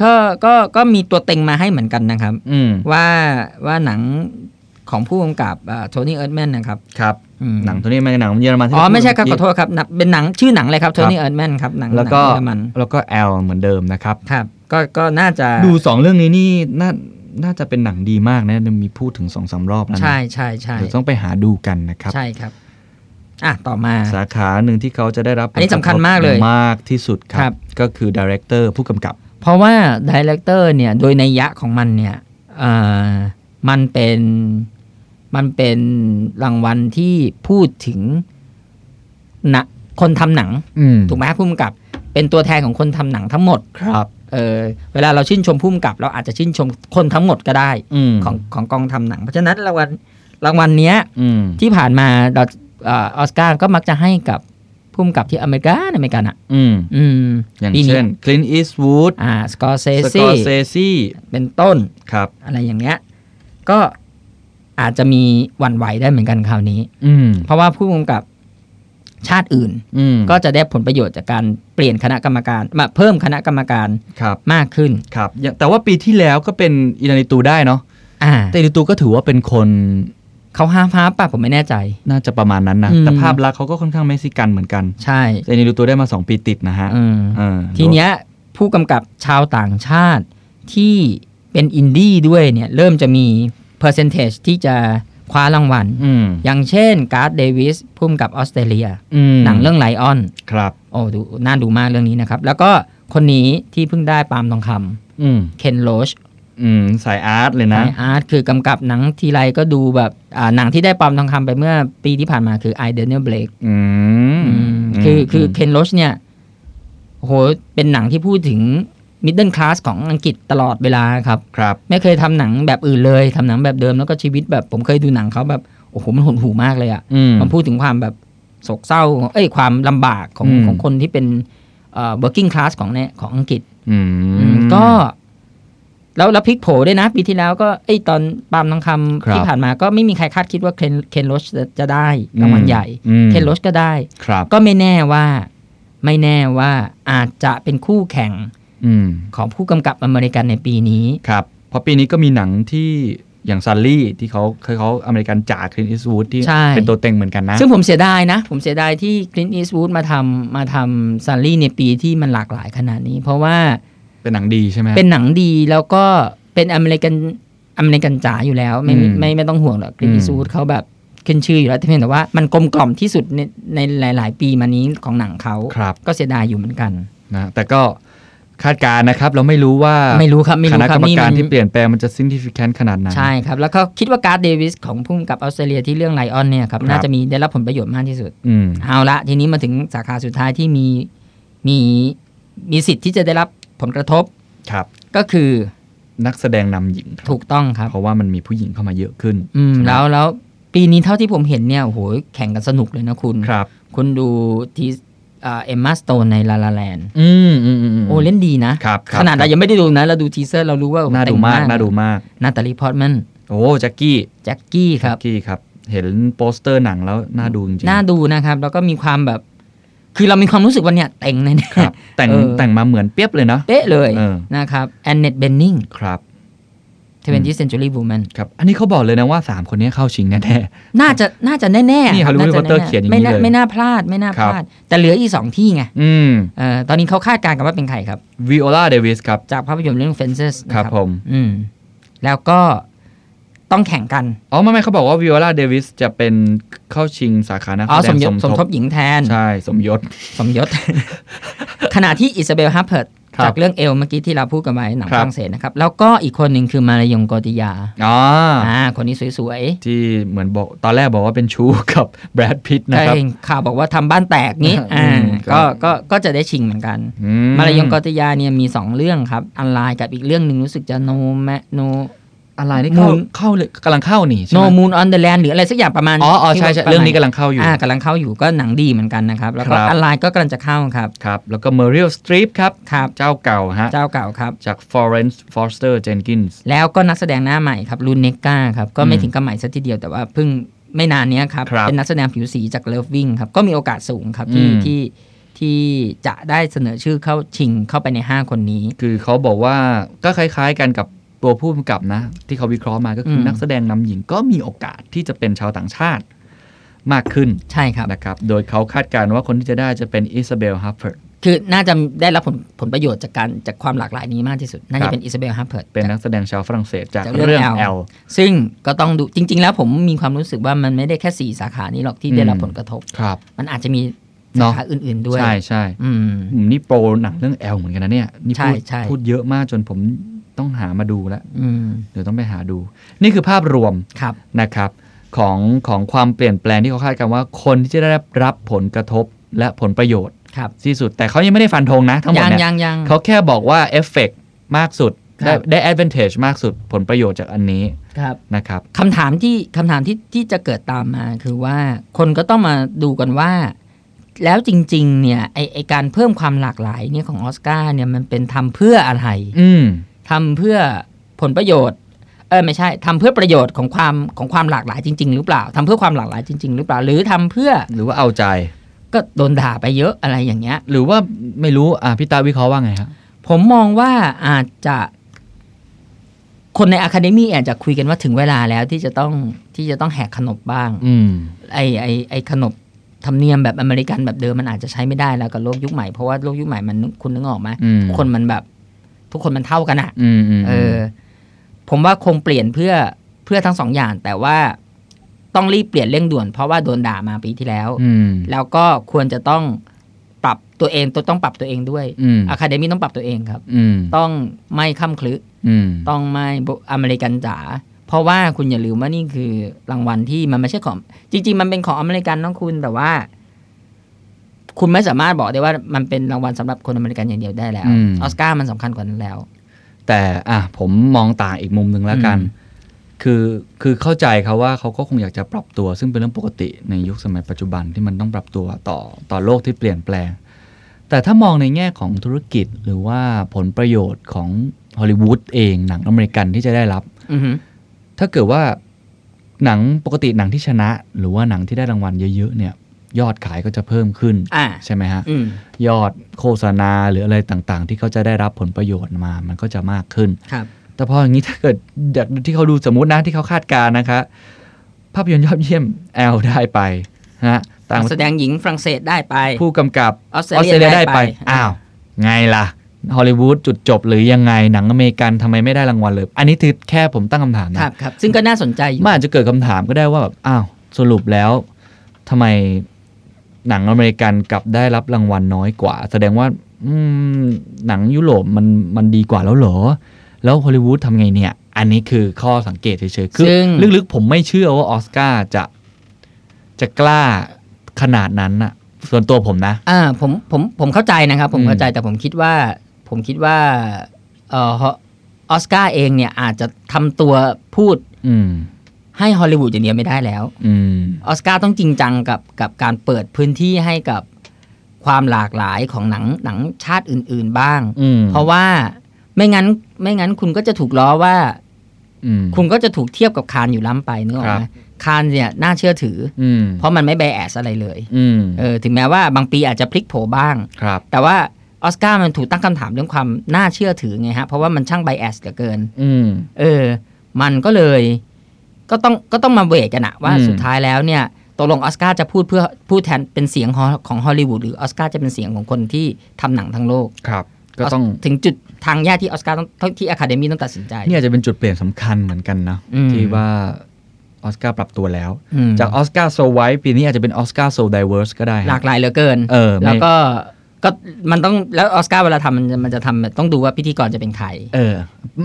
Speaker 3: ก็ก็ก็มีตัวเต็งมาให้เหมือนกันนะครับ
Speaker 2: อืม
Speaker 3: ว่าว่าหนังของผู้กำกับโทนี่เอิร์ธแมนนะครับ
Speaker 2: ครับ
Speaker 3: อืม
Speaker 2: หนังตัวนี้มันหนังเยอรมันที่
Speaker 3: อ๋อไม่ใช่ครับข
Speaker 2: เา
Speaker 3: อ
Speaker 2: พูด
Speaker 3: โทษครับหนังเป็นหนังชื่อหนังเลยครับโทนี่เอิร์ธแมนครับหนัง
Speaker 2: แล้วก็
Speaker 3: หนังเยอรมัน
Speaker 2: แล้วก็แอลเหมือนเดิมนะครับ
Speaker 3: ครับ ก็ก็น่าจะ
Speaker 2: ดูสองเรื่องนี้นี่น่าน่าจะเป็นหนังดีมากนะมีพูดถึงสองสามรอบแล้วนะ
Speaker 3: ใช่ใช่ใช่
Speaker 2: เดี๋ยวต้องไปหาดูกันนะครับ
Speaker 3: ใช่ครับอ่ะต่อมา
Speaker 2: สาขาหนึ่งที่เขาจะได้รับ
Speaker 3: อันนี้สำคัญมากเลย
Speaker 2: มากที่สุดค
Speaker 3: ครั
Speaker 2: รับ
Speaker 3: บ
Speaker 2: ก็คือดีเรคเตอร์ผู้กำกับ
Speaker 3: เพราะว่าดีเลกเตอร์เนี่ยโดยในยยะของมันเนี่ยเอ่อมันเป็นมันเป็นรางวัลที่พูดถึงนะคนทำหนัง
Speaker 2: อืม
Speaker 3: ถูกไหมครับผู้กำกับ เป็นตัวแทนของคนทำหนังทั้งหมด
Speaker 2: ครับ
Speaker 3: เออเวลาเราชื่นชมผู้กำกับ เราอาจจะชื่นชมคนทั้งหมดก็ได้
Speaker 2: อืม
Speaker 3: ของของกองทำหนัง เพราะฉะนั้นรางวัลรางวัลเนี้ย
Speaker 2: อืม
Speaker 3: ที่ผ่านมาเราเออออสการ์ก็มักจะให้กับผู้ พุ่มกับที่อเมริกาในอเมริกันอ่ะ
Speaker 2: อืม
Speaker 3: อืม
Speaker 2: อย่าง
Speaker 3: ปี
Speaker 2: เช่นคลินอีสวูด
Speaker 3: อ่าสกอร์เซ
Speaker 2: สก
Speaker 3: ซี
Speaker 2: อร์เซซี่
Speaker 3: เป็นต้น
Speaker 2: ครับ
Speaker 3: อะไรอย่างเงี้ย ก็อาจจะมีหวั่นไหวได้เหมือนกันคราวนี้
Speaker 2: อืม
Speaker 3: เพราะว่าผู้กำกับชาติอื่น
Speaker 2: อืม
Speaker 3: ก็จะได้ผลประโยชน์จากการเปลี่ยนคณะกรรมการมาเพิ่มคณะกรรมการ
Speaker 2: ครับ
Speaker 3: มากขึ้น
Speaker 2: ครับอย่างแต่ว่าปีที่แล้วก็เป็นอินานิตูได้เนาะ
Speaker 3: อ่า
Speaker 2: แต่อินานิตูก็ถือว่าเป็นคน
Speaker 3: เขาห้าฟ้าป่ะผมไม่แน่ใจ
Speaker 2: น่าจะประมาณนั้นนะ
Speaker 3: อืม
Speaker 2: แต่ภาพลักษณ์เขาก็ค่อนข้างเม็กซิกันเหมือนกัน
Speaker 3: ใช่
Speaker 2: แต่อินานิตูได้มา 2 ปีติดนะฮะ
Speaker 3: อืม
Speaker 2: เออ
Speaker 3: ทีเนี้ยผู้กำกับชาวต่างชาติที่เป็นอินดี้ด้วยเนี่ย เริ่มจะมีเปอร์เซนเทจที่จะคว้ารางวัล
Speaker 2: อืม
Speaker 3: อย่างเช่นการ์ดเดวิสพุ่มกับออสเตรเลีย
Speaker 2: อืม
Speaker 3: หนังเรื่องไลออน
Speaker 2: ครับ
Speaker 3: โอ้ดูน่าดูมากเรื่องนี้นะครับ แล้วก็คนนี้ที่เพิ่งได้ปาล์มทองค
Speaker 2: อืม
Speaker 3: ำเคนโรช
Speaker 2: อืมสายอาร์ตเลยนะ
Speaker 3: นายอาร์ตคือกำกับหนังทีไรก็ดูแบบอ่าหนังที่ได้ปาล์มทองคำไปเมื่อปีที่ผ่านมาคือ I d a n i e l Blake
Speaker 2: อืม
Speaker 3: คือ
Speaker 2: ม
Speaker 3: คือเคนโรชเนี่ยโหเป็นหนังที่พูดถึงมิดเดิลคลาสของอังกฤษตลอดเวลาครับ
Speaker 2: ครับ
Speaker 3: ไม่เคยทำหนังแบบอื่นเลยทำหนังแบบเดิมแล้วก็ชีวิตแบบผมเคยดูหนังเขาแบบ โอ้โห มันหดหูมากเลยอะ่ะ
Speaker 2: อืม
Speaker 3: มันพูดถึงความแบบโศกเศร้า เอ้ยความลำบากของ
Speaker 2: อืม
Speaker 3: ของคนที่เป็นเอ่อ working class ของเนี่ยของอังกฤษ
Speaker 2: อื
Speaker 3: อื
Speaker 2: ม
Speaker 3: มก็ แล้วแล้วพลิกโผด้วยนะ ปีที่แล้วก็ไอยตอนปาล์มทอง
Speaker 2: ครั
Speaker 3: คำ
Speaker 2: บ
Speaker 3: ที่ผ่านมาก็ไม่มีใครคาดคิดว่าเคนเคนโรชจะจะได้รางวัลใหญ่
Speaker 2: อืม
Speaker 3: เคนโรชก็ได้
Speaker 2: ครับ
Speaker 3: ก็ไม่แน่ว่า ไม่แน่ว่าอาจจะเป็นคู่แข่ง
Speaker 2: อืม
Speaker 3: ของผู้กำกับอเมริกันในปีนี้
Speaker 2: ครับเพราะปีนี้ก็มีหนังที่อย่างซัลลี่ที่เขาเคยเขาอเมริกันจ่าคลินอิสวูดที่
Speaker 3: ใช่
Speaker 2: เป็นตัวเต็งเหมือนกันนะ
Speaker 3: ซึ่งผมเสียดายนะ ผมเสียดายที่คลินต์อีสวูดมาทำมาทำซันลี่ในปีที่มันหลากหลายขนาดนี้ เพราะว่า
Speaker 2: เป็นหนังดีใช่ไหม
Speaker 3: เป็นหนังดีแล้วก็เป็นอเมริกันอเมริกันจ๋าอยู่แล้ว ไม่
Speaker 2: อืม
Speaker 3: ไม่ไม่ต้องห่วงหรอกคลิน
Speaker 2: อืม
Speaker 3: ต์อีสวูดเขาแบบขึ้นชื่ออยู่แล้วแต่เพียงแต่ว่ามันกลมกล่อมที่สุดในในหลาย ๆ ปีมานี้ของหนังเขา
Speaker 2: ครับ
Speaker 3: ก็เสียดายอยู่เหมือนกัน
Speaker 2: นะแต่ก็คาดการณ์นะครับ เราไม่รู้ว่า
Speaker 3: ไม่รู้ครับไม่
Speaker 2: ค
Speaker 3: รู้
Speaker 2: ณะ
Speaker 3: ค
Speaker 2: ก
Speaker 3: รั
Speaker 2: รร
Speaker 3: บ
Speaker 2: ม
Speaker 3: นี่
Speaker 2: การ
Speaker 3: มัน
Speaker 2: ที่เปลี่ยนแปลงมันจะ significant ขนาดไหน
Speaker 3: ใช่ครับ แล้วก็คิดว่าการ์ดเดวิสของพุ่มกับออสเตรเลียที่เรื่องไลออนเนี่ยครับ
Speaker 2: ครับ
Speaker 3: น่าจะมีได้รับผลประโยชน์มากที่สุด
Speaker 2: อืม
Speaker 3: เอาละทีนี้มาถึงสาขาสุดท้ายที่มีมีมีสิทธิ์ที่จะได้รับผลกระทบ
Speaker 2: ครับ
Speaker 3: ก็คือ
Speaker 2: นักแสดงนำหญิงครับ
Speaker 3: ถูกต้องครับ
Speaker 2: เพราะว่ามันมีผู้หญิงเข้ามาเยอะขึ้น
Speaker 3: อืมแล้วแล้วปีนี้เท่าที่ผมเห็นเนี่ยโอ้โหแข่งกันสนุกเลยนะคุณ
Speaker 2: ครับ
Speaker 3: คุณดูที่อ่าเอ็มมาสโตนในลาลาแลนด์
Speaker 2: อืมอืมอืมม
Speaker 3: โอ้เล่นดีนะครับ
Speaker 2: ครับ
Speaker 3: ขนาดเรายังไม่ได้ดูนะ เราดูทีเซอร์เรารู้ว่าโอ้โห
Speaker 2: น่าดู
Speaker 3: แต่ง
Speaker 2: มากน่าดูมาก
Speaker 3: นาตาลีพอร์ตแมน
Speaker 2: โอ้แจ็คกี้
Speaker 3: แจ็คกี้ครับ
Speaker 2: กี้ครับ เห็นโปสเตอร์หนังแล้วน่าดูจริงๆ
Speaker 3: น่าดูนะครับ แล้วก็มีความแบบ คือเรามีความรู้สึกว่าเนี่ยเต็งแน่ๆ
Speaker 2: ครับ แต่ง
Speaker 3: เออ
Speaker 2: แต่งมาเหมือนเปียบเลยเนาะ
Speaker 3: เป๊ะเลย
Speaker 2: เออ
Speaker 3: นะครับแอนเนตเบนนิง
Speaker 2: ครับ
Speaker 3: 20 century woman
Speaker 2: ครับ อันนี้เขาบอกเลยนะว่า 3 คนนี้เข้าชิงแน่
Speaker 3: น่าจะน่าจะแน่ๆ
Speaker 2: นี่ Hollywood
Speaker 3: าจะ
Speaker 2: Reporter
Speaker 3: แๆ
Speaker 2: เขียนอย่างนี้
Speaker 3: ไม่า
Speaker 2: เลย
Speaker 3: ไม่น่าพลาดไม่น่า
Speaker 2: ค
Speaker 3: พ
Speaker 2: รับ
Speaker 3: ลาด แต่เหลืออีกสองที่ไง
Speaker 2: ๆอืม
Speaker 3: เอ่อตอนนี้เขาคาดการณ์กันว่าเป็นใครครับ
Speaker 2: วิโอลาเดวิสครับ
Speaker 3: จากภาพยนตร์เรื่อง Fences นะครับ
Speaker 2: ผม
Speaker 3: อืมแล้วก็ต้องแข่งกัน
Speaker 2: อ๋อไม่ไม่เขาบอกว่าวิโอลาเดวิสจะเป็นเข้าชิงสาขานัก
Speaker 3: อ๋อ
Speaker 2: แสด
Speaker 3: สม
Speaker 2: ง
Speaker 3: ย
Speaker 2: ส
Speaker 3: ศ
Speaker 2: ม
Speaker 3: สม
Speaker 2: ท
Speaker 3: ท
Speaker 2: บบ
Speaker 3: หญิงแทน
Speaker 2: ใช่ สมยศ
Speaker 3: สมยศ ขณะที่อิซาเบลฮาร์เพิร์ต
Speaker 2: ครับ
Speaker 3: จากเรื่องเอลเมื่อกี้ที่เราพูดกันไว้หนัง
Speaker 2: ครั
Speaker 3: ฝ
Speaker 2: บ
Speaker 3: รั่งเศสนะครับ แล้วก็อีกคนหนึ่งคือมารายงโกติยา
Speaker 2: อ๋อ
Speaker 3: อ่าคนนี้สวย
Speaker 2: ที่เหมือนบอกตอนแรกบอกว่าเป็นชู้ กับแบรดพิต
Speaker 3: ๆ
Speaker 2: นะค
Speaker 3: ได้
Speaker 2: รับ
Speaker 3: เห็นข่าวบอกว่าทำบ้านแตก นี้
Speaker 2: อื
Speaker 3: อ่าม
Speaker 2: ครั
Speaker 3: ก็
Speaker 2: บ
Speaker 3: ก็ก็จะได้ชิงเหมือนกัน
Speaker 2: อื
Speaker 3: มารายงโกติยาเนี่ยมี 2 เรื่องครับอันไลน์กับอีกเรื่องหนึ่งรู้สึกจะโนแมโน
Speaker 2: อะไรนี่เข้า
Speaker 3: มูล
Speaker 2: เข้าเลยกำลังเข้านี่ใช่
Speaker 3: โน
Speaker 2: ไหม
Speaker 3: มูนออนเดอะแลนด์หรืออะไรสักอย่างประมาณ
Speaker 2: อ๋ออ๋อใช่
Speaker 3: ที่
Speaker 2: ใช่
Speaker 3: ว่า
Speaker 2: เรื่องนี้
Speaker 3: ประ
Speaker 2: กำ
Speaker 3: มาณ
Speaker 2: ลังเข้าอยู่
Speaker 3: อ่ากำลังเข้าอยู่ก็หนังดีเหมือนกันนะครับ แล้วก็
Speaker 2: ครับ
Speaker 3: อันไลน์ก็กำลังจะเข้าครับ
Speaker 2: ครับแล้วก็เมอริลสตรีปครับ
Speaker 3: ครับ
Speaker 2: เจ้าเก่าฮะ
Speaker 3: เจ้าเก่าครับ
Speaker 2: จากฟอเรนซ์ฟอสเตอร์เจนกินส์
Speaker 3: แล้วก็นักแสดงหน้าใหม่ครับลูนเนก้าครับ ก็ไม่
Speaker 2: อืม
Speaker 3: ถึงกับใหม่ซะทีเดียวแต่ว่าเพิ่งไม่นานเนี้ยครับ
Speaker 2: ครับ
Speaker 3: เป็นนักแสดงผิวสีจากเลิฟวิ่งครับ ก็มีโอกาสสูงครับ
Speaker 2: อื
Speaker 3: ที่
Speaker 2: ม
Speaker 3: ที่ที่จะได้เสนอชื่อเข้าชิงเข้าไปใน 5 คนนี้
Speaker 2: คือเขาบอกว่าก็คล้ายๆกันกับตัวผู้กำกับนะ ที่เขาวิเคราะห์มาก็คืออ
Speaker 3: ม
Speaker 2: นักแสดงนำหญิงก็มีโอกาสที่จะเป็นชาวต่างชาติมากขึ้น
Speaker 3: ใช่ครับ
Speaker 2: นะครับ โดยเขาคาดการณ์ว่าคนที่จะได้จะเป็นอิซาเบลฮั r เ e ิร์
Speaker 3: คือน่าจะได้รับผลผลประโยชน์จากการจากความหลากหลายนี้มากที่สุด น่า
Speaker 2: ครั
Speaker 3: จะ
Speaker 2: บ
Speaker 3: เป็นอิซาเบลฮาร์เพิร์ต
Speaker 2: เป็นนักแสดงชาวฝรั่งเศสจาก
Speaker 3: จากเรื่อง
Speaker 2: เรื่อง
Speaker 3: L
Speaker 2: แอล
Speaker 3: ซึ่งก็ต้องดูจริง ๆ แล้วผมมีความรู้สึกว่ามันไม่ได้แค่ 4 สาขานี้หรอกที่ได้รับ
Speaker 2: อืม
Speaker 3: ผลกระทบ
Speaker 2: ครับ
Speaker 3: มันอาจจะมี
Speaker 2: เน
Speaker 3: สา
Speaker 2: อะ
Speaker 3: ขาอื่น ๆด้วย
Speaker 2: ใช่ใช่
Speaker 3: อืม
Speaker 2: อืมนี่โปรหนังเรื่องแอลเหมือนกันนะเนี่ยนี่พูด
Speaker 3: ใช่ใช่
Speaker 2: พูดเยอะมากจนผมต้องหามาดูแล้ว
Speaker 3: อืม
Speaker 2: เดี๋ยวต้องไปหาดู นี่คือภาพรวม
Speaker 3: ครับ
Speaker 2: นะครับของของความเปลี่ยนแปลงที่เขาคาดกันว่าคนที่จะได้รับผลกระทบและผลประโยชน์
Speaker 3: ครับ
Speaker 2: ที่สุด แต่เขายังไม่ได้ฟันธงนะทั้งหมด
Speaker 3: ยัง
Speaker 2: เนี่ย
Speaker 3: ยังยัง
Speaker 2: เขาแค่บอกว่าเอฟเฟกมากสุด
Speaker 3: ครับ
Speaker 2: ได้ได้ advantage มากสุดผลประโยชน์จากอันนี้
Speaker 3: ครับ
Speaker 2: นะครับ
Speaker 3: คำถามที่คำถามที่ที่จะเกิดตามมาคือว่าคนก็ต้องมาดูกันว่า แล้วจริง ๆ เนี่ยไอไอการเพิ่มความหลากหลายเนี่ยของออสการ์เนี่ยมันเป็นทำเพื่ออะไร
Speaker 2: อืม
Speaker 3: ทำเพื่อผลประโยชน์ เออไม่ใช่ทำเพื่อประโยชน์ของความของความหลากหลายจริง ๆ หรือเปล่าทำเพื่อความหลากหลายจริง ๆ หรือเปล่า หรือทำเพื่อ
Speaker 2: หรือว่าเอาใจ
Speaker 3: ก็โดนด่าไปเยอะอะไรอย่างเงี้ย
Speaker 2: หรือว่าไม่รู้อ่ะพี่ตาวิเคราะห์ว่าไงครับ
Speaker 3: ผมมองว่าอาจจะ คนในอะคาเดมี่อาจจะคุยกันว่าถึงเวลาแล้วที่จะต้องที่จะต้องแหกขนบบ้าง
Speaker 2: อืม
Speaker 3: ไอไอไอขนบธรรมเนียมแบบอเมริกันแบบเดิมมันอาจจะใช้ไม่ได้แล้วกับโลกยุคใหม่ เพราะว่าโลกยุคใหม่มันคุณนึกออกไหม
Speaker 2: อืม
Speaker 3: ทุกคนมันแบบ ทุกคนมันเท่ากันอะ
Speaker 2: อืมอืม
Speaker 3: เออ ผมว่าคงเปลี่ยนเพื่อเพื่อทั้งสองอย่าง แต่ว่าต้องรีบเปลี่ยนเร่งด่วน เพราะว่าโดนด่ามาปีที่แล้ว
Speaker 2: อืม
Speaker 3: แล้วก็ควรจะต้องปรับตัวเองต้องต้องปรับตัวเองด้วย
Speaker 2: อืม
Speaker 3: อะคาเดมี่ต้องปรับตัวเองครับ
Speaker 2: อืม
Speaker 3: ต้องไม่ข้ามคลึ
Speaker 2: อืม
Speaker 3: ต้องไม่บุอเมริกันจ๋าเพราะว่าคุณอย่าลืมว่านี่คือรางวัลที่มันไม่ใช่ของ จริง ๆ มันเป็นของอเมริกันนะคุณแต่ว่า คุณไม่สามารถบอกได้ว่ามันเป็นรางวัลสำหรับคนอเมริกันอย่างเดียวได้แล้วออสการ์มันสำคัญกว่านั้นแล้ว
Speaker 2: แต่อ่ะผมมองต่างอีกมุมหนึ่งแล้วกัน
Speaker 3: อืม
Speaker 2: คือคือเข้าใจเขาว่าเขาก็คงอยากจะปรับตัว ซึ่งเป็นเรื่องปกติในยุคสมัยปัจจุบันที่มันต้องปรับตัวต่อต่อโลกที่เปลี่ยนแปลง แต่ถ้ามองในแง่ของธุรกิจหรือว่าผลประโยชน์ของฮอลลีวูดเองหนังอเมริกันที่จะได้รับ
Speaker 3: อือฮึ
Speaker 2: ถ้าเกิดว่าหนังปกติหนังที่ชนะ หรือว่าหนังที่ได้รางวัลเยอะๆเนี่ย ยอดขายก็จะเพิ่มขึ้น
Speaker 3: อ่า
Speaker 2: ใช่ไหมฮะ
Speaker 3: อืม
Speaker 2: ยอดโฆษณาหรืออะไรต่างๆ ที่เขาจะได้รับผลประโยชน์มา มันก็จะมากขึ้น
Speaker 3: ครับ
Speaker 2: แต่พออย่างนี้ถ้าเกิดจากที่เขาดูสมมตินะที่เขาคาดการณ์นะคะ ภาพยนตร์ยอดเยี่ยมแอลได้ไปนะฮะต่าง
Speaker 3: แสดงหญิงฝรั่งเศสได้ไป
Speaker 2: ผู้กำกับ
Speaker 3: ออสเตรเลียได้ไป
Speaker 2: อ้าว ไงล่ะฮอลลีวูดจุดจบหรือยังไงหนังอเมริกันทำไมไม่ได้รางวัลเลย อันนี้ถือแค่ผมตั้งคำถามนะ
Speaker 3: ครับครับ ซึ่งก็น่าสนใจอยู่
Speaker 2: มันอาจจะเกิดคำถามก็ได้ว่าแบบอ้าวสรุปแล้วทำไมหนังอเมริกันกลับได้รับรางวัลน้อยกว่า แสดงว่า อืมหนังยุโรปมันมันดีกว่าแล้วเหรอ แล้วฮอลลีวูดทำไงเนี่ย อันนี้คือข้อสังเกตเฉยๆ คือ
Speaker 3: ซึ่ง
Speaker 2: ลึกๆ ผมไม่เชื่อว่าออสการ์จะจะกล้าขนาดนั้นอะส่วนตัวผมนะ
Speaker 3: อ่า ผมผมผมเข้าใจนะครับ ผม
Speaker 2: อืม
Speaker 3: เข้าใจแต่ผมคิดว่า ผมคิดว่า เออออสการ์เองเนี่ยอาจจะทำตัวพูด
Speaker 2: อืม
Speaker 3: ให้ฮอลลีวูดอย่างเดียวไม่ได้แล้ว
Speaker 2: อืม
Speaker 3: ออสการ์ต้องจริงจังกับกับการเปิดพื้นที่ให้กับความหลากหลายของหนังหนังชาติอื่น ๆ บ้าง
Speaker 2: อืม
Speaker 3: เพราะว่าไม่งั้นไม่งั้นคุณก็จะถูกล้อว่า
Speaker 2: อืม
Speaker 3: คุณก็จะถูกเทียบกับคานอยู่ล้ำไปนึกออกไห
Speaker 2: ค
Speaker 3: ม
Speaker 2: รับ
Speaker 3: คานเนี่ยน่าเชื่อถืออ
Speaker 2: อืม
Speaker 3: เพราะมันไม่แบแอสอะไรเลย
Speaker 2: อืม
Speaker 3: เออถึงแม้ว่าบางปีอาจจะพลิกโผบ้าง
Speaker 2: ครับ
Speaker 3: แต่ว่าออสการ์มันถูกตั้งคำถามเรื่องความน่าเชื่อถือไงฮะเพราะว่ามันช่างไบแอสเหลือเกิน
Speaker 2: อืม
Speaker 3: เออ มันก็เลย ก็ต้องก็ต้องมาเวทกันอะว่า
Speaker 2: อืม
Speaker 3: สุดท้ายแล้วเนี่ยตกลงออสการ์จะพูดเพื่อพูดแทนเป็นเสียงของของฮอลลีวูดหรือออสการ์จะเป็นเสียงของคนที่ทำหนังทั้งโลก
Speaker 2: ครับ ก็ต้อง
Speaker 3: ถึงจุดทางแยกที่ออสการ์ต้องที่อะคาเดมีต้องตัดสินใจ
Speaker 2: นี่อาจจะเป็นจุดเปลี่ยนสำคัญเหมือนกันนะ
Speaker 3: อืม
Speaker 2: ที่ว่าออสการ์ปรับตัวแล้ว
Speaker 3: อืม
Speaker 2: จากออสการ์โซไวท์ปีนี้อาจจะเป็นออสการ์โซไดเวอร์สก็ได้ฮะ
Speaker 3: หลากหลายเหลือเกิน
Speaker 2: เออไม่
Speaker 3: แล้วก็ก็มันต้องแล้วออสการ์เวลาทำมันจะมันจะทำต้องดูว่าพิธีกรจะเป็นใคร
Speaker 2: เออ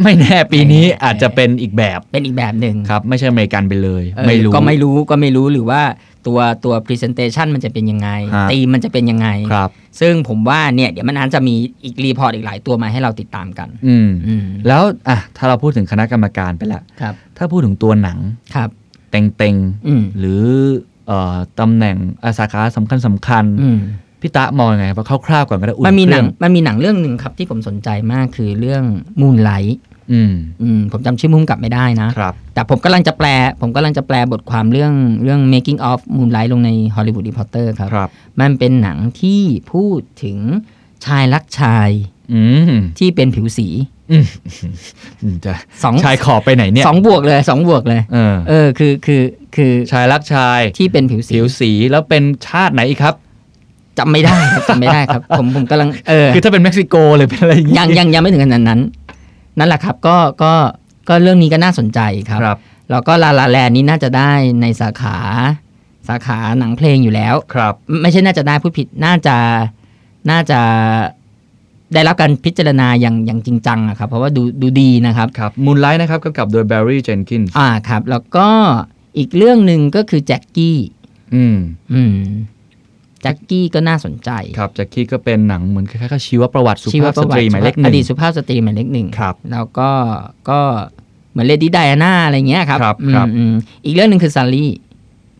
Speaker 2: ไม่แน่ปีนี้
Speaker 3: ไม่แน่
Speaker 2: อาจจะเป็นอีกแบบ
Speaker 3: เป็นอีกแบบหนึ่ง
Speaker 2: ครับ ไม่ใช่อเมริกันไปเลย
Speaker 3: เออ
Speaker 2: ไม่รู้
Speaker 3: ก็ไม่รู้ก็ไม่รู้หรือว่าตัวตัว presentation มันจะเป็นยังไง
Speaker 2: ฮะ
Speaker 3: ตีมมันจะเป็นยังไง
Speaker 2: ครับ
Speaker 3: ซึ่งผมว่าเนี่ยเดี๋ยวมันอาจจะมีอีกรีพอร์ตอีกหลายตัวมาให้เราติดตามกัน
Speaker 2: อืม
Speaker 3: อืม
Speaker 2: แล้วอ่ะถ้าเราพูดถึงคณะกรรมการไปละ
Speaker 3: ครับ
Speaker 2: ถ้าพูดถึงตัวหนัง
Speaker 3: ครับ
Speaker 2: เต็ง
Speaker 3: อืม
Speaker 2: ๆ หรือเอ่อตำแหน่งอาสาขาสำคัญสำคัญๆ
Speaker 3: อืม
Speaker 2: พี่ตะมองยังไงเพราะคร่าวๆก่อนก็ได้อุ่
Speaker 3: มันมีหนัง
Speaker 2: เครื่อง
Speaker 3: มันมีหนังเรื่องหนึ่งครับที่ผมสนใจมากคือเรื่องมูนไลท์
Speaker 2: อืม
Speaker 3: ผมจำชื่อมุมกลับไม่ได้นะ
Speaker 2: ครับ
Speaker 3: แต่ผมกำลังจะแปล ผมกำลังจะแปลบทความเรื่องเรื่อง making of moonlight ลงใน Hollywood Reporter ครับ
Speaker 2: ครับ
Speaker 3: มันเป็นหนังที่พูดถึงชายรักชาย
Speaker 2: อืม
Speaker 3: ที่เป็นผิวสี
Speaker 2: อืมอืมจะ
Speaker 3: สอง
Speaker 2: ชายขอบไปไหนเนี่ย
Speaker 3: สองบวกเลยสองบวกเลย
Speaker 2: เออ
Speaker 3: เออคือคือคือ
Speaker 2: ชายรักชาย
Speaker 3: ที่เป็นผิวสี
Speaker 2: ผิวสีแล้วเป็นชาติไหนอีกครับ
Speaker 3: จำไม่ได้ ครับจำไม่ได้ครับ ผมผมกำลังเออ
Speaker 2: คือถ้าเป็นเม็กซิโกหรือเป็นอะไรอย่างงี้
Speaker 3: ยังยังยังไม่ถึงขนาดนั้น นั่นแหละครับก็ก็ก็เรื่องนี้ก็น่าสนใจครับ
Speaker 2: ครับ
Speaker 3: แล้วก็ลาลาแลนนี้น่าจะได้ในสาขาสาขาหนังเพลงอยู่แล้ว
Speaker 2: ครับ
Speaker 3: ไม่ใช่น่าจะได้พูดผิดน่าจะน่าจะได้รับการพิจารณาอย่างอย่างจริงจังอะครับเพราะว่าดูดูดีนะครับ
Speaker 2: ครับมูนไลท์นะครับกำกับโดยแบร์รี่เจนกินส์
Speaker 3: อ่าครับ แล้วก็อีกเรื่องหนึ่งก็คือแจ็คกี้
Speaker 2: อืม
Speaker 3: อืมแจ็คกี้ก็น่าสนใจ
Speaker 2: ครับแจ็คกี้ก็เป็นหนังเหมือนคล้ายๆกับชีวประวัติสุ
Speaker 3: ชีว
Speaker 2: ภาพ
Speaker 3: ป
Speaker 2: ส
Speaker 3: ระวั
Speaker 2: ตรีหมายเลขห
Speaker 3: อ
Speaker 2: นึ่ง
Speaker 3: ดีตสุภาพสตรีหมายเลขหนึ่ง
Speaker 2: ครับ
Speaker 3: แล้วก็ก็เหมือนเลดี้ไดอาน่าอะไรเงี้ยครับ
Speaker 2: ครับ
Speaker 3: อืม
Speaker 2: ครับ
Speaker 3: อืมอีกเรื่องหนึ่งคือซารี่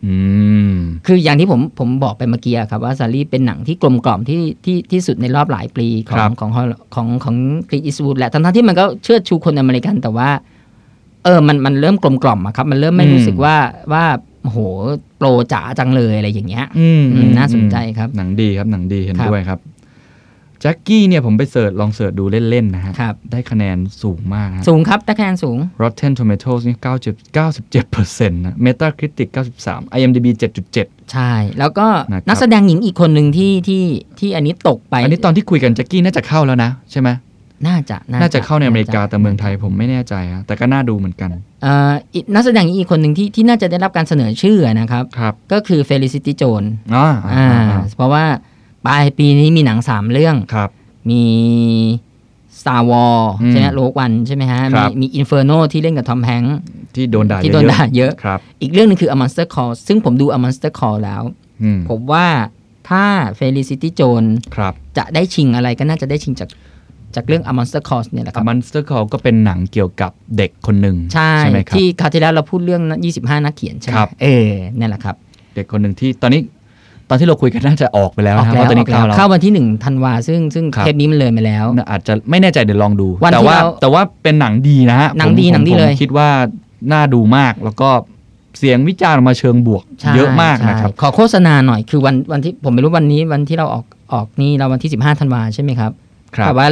Speaker 2: อืม
Speaker 3: คืออย่างที่ผมผมบอกไปเมื่อกี้อะครับว่าซารีเป็นหนังที่กลมกล่อมที่ที่ที่สุดในรอบหลายปีขอ
Speaker 2: ครั
Speaker 3: ง
Speaker 2: บ
Speaker 3: ของของของของคริสอิสวูดแหละทั้งๆที่มันก็เชื่อชูคนอเมริกันแต่ว่า เออมันมันเริ่มกลมกล่อมอะครับ มันเริ่มไม่รู้สึกว่าว่าโอ้โหโปรจ๋าจังเลยอะไรอย่างเงี้ย
Speaker 2: อืม
Speaker 3: อืม
Speaker 2: อืม
Speaker 3: น่าสนใจครับ
Speaker 2: หนังดีครับหนังดีเห็น
Speaker 3: ครับ
Speaker 2: ด้วยครับแจ็คกี้เนี่ยผมไปเสิร์ชลองเสิร์ชดูเล่น ๆ นะฮะ
Speaker 3: ครับ
Speaker 2: ได้คะแนนสูงมากฮะ
Speaker 3: สูงครับได้คะแนนสูง
Speaker 2: Rotten Tomatoes นี่90 97%นะ Metacritic 93 IMDb 7.7
Speaker 3: ใช่ แล้วก็
Speaker 2: นะครับ
Speaker 3: นักแสดงหญิงอีกคนหนึ่งที่ที่ที่อันนี้ตกไป
Speaker 2: อันนี้ตอนที่คุยกันแจ็คกี้น่าจะเข้าแล้วนะ ใช่ไหม
Speaker 3: น่าจะ
Speaker 2: น่าจะเข้าในอเมริกาแต่เมืองไทยผมไม่แน่ใจฮะแต่ก็น่าดูเหมือนกัน
Speaker 3: เอ่ออีกนักแสดงหญิงอีกคนหนึ่งที่ที่น่าจะได้รับการเสนอชื่อนะครับ
Speaker 2: ครับ
Speaker 3: ก็คือเฟลิซิตี้โจน
Speaker 2: อ่า
Speaker 3: อ่าเพราะว่าปลายปีนี้มีหนังสามเรื่อง
Speaker 2: ครับ
Speaker 3: มี Star War
Speaker 2: อืม
Speaker 3: ใช่ไหมโลกวันใช่ไหมฮะ
Speaker 2: ครั
Speaker 3: มี
Speaker 2: บ
Speaker 3: มี Inferno ที่เล่นกับทอมแฮงค์
Speaker 2: ที่โดนด่าเยอะๆ
Speaker 3: ที่โดนด่าเยอะ
Speaker 2: ครับ
Speaker 3: อีกเรื่องหนึงคือ A Monster Call ซึ่งผมดู A Monster Call แล้ว
Speaker 2: อืม
Speaker 3: ผมว่าถ้า Felicity Jones
Speaker 2: ครับ
Speaker 3: จะได้ชิงอะไรก็น่าจะได้ชิงจากจากเรื่อง A Monster Call เนี่ยแหละค
Speaker 2: A
Speaker 3: รับ
Speaker 2: Monster Call ก็เป็นหนังเกี่ยวกับเด็กคนหนึ่ง
Speaker 3: ใช่
Speaker 2: ไหมครับ
Speaker 3: ที่คราวที่แล้วเราพูดเรื่อง 25 นักเขียนใช่ไหม
Speaker 2: ครับ
Speaker 3: เออนั่นแหละครับ
Speaker 2: เด็กคนหนึ่งที่ตอนนี้ตอนที่เราคุยกันน่าจะออกไปแล้ว
Speaker 3: ออก
Speaker 2: นะ
Speaker 3: แล้ว
Speaker 2: ว่าะตอน
Speaker 3: ออ
Speaker 2: นี้
Speaker 3: กแล้ว
Speaker 2: เข้าแล้ว
Speaker 3: เข้าวันที่หนึ่งธันวาซึ่งซึ่ง
Speaker 2: ครับ
Speaker 3: เทปนี้มันเลยมาแล้ว
Speaker 2: อาจจะไม่แน่ใจเดี๋ยวลองดู
Speaker 3: วัน
Speaker 2: แต่
Speaker 3: ที่
Speaker 2: ว่า
Speaker 3: เรา
Speaker 2: แต่ว่าเป็นหนังดีนะฮะ
Speaker 3: หนังดี
Speaker 2: ผม
Speaker 3: หนังดี
Speaker 2: ผม
Speaker 3: เลย
Speaker 2: คิดว่าน่าดูมากแล้วก็เสียงวิจารณ์ออกมาเชิงบวก
Speaker 3: ใช่
Speaker 2: เยอะมากนะครับ
Speaker 3: ใช่ขอโฆษณาหน่อยคือวันวันที่ผมไม่รู้วันนี้วันที่เราออกออกนี่เราวันที่ 15ธันวาใช่ไหมครับ
Speaker 2: ครั
Speaker 3: แต่
Speaker 2: บ
Speaker 3: ว่า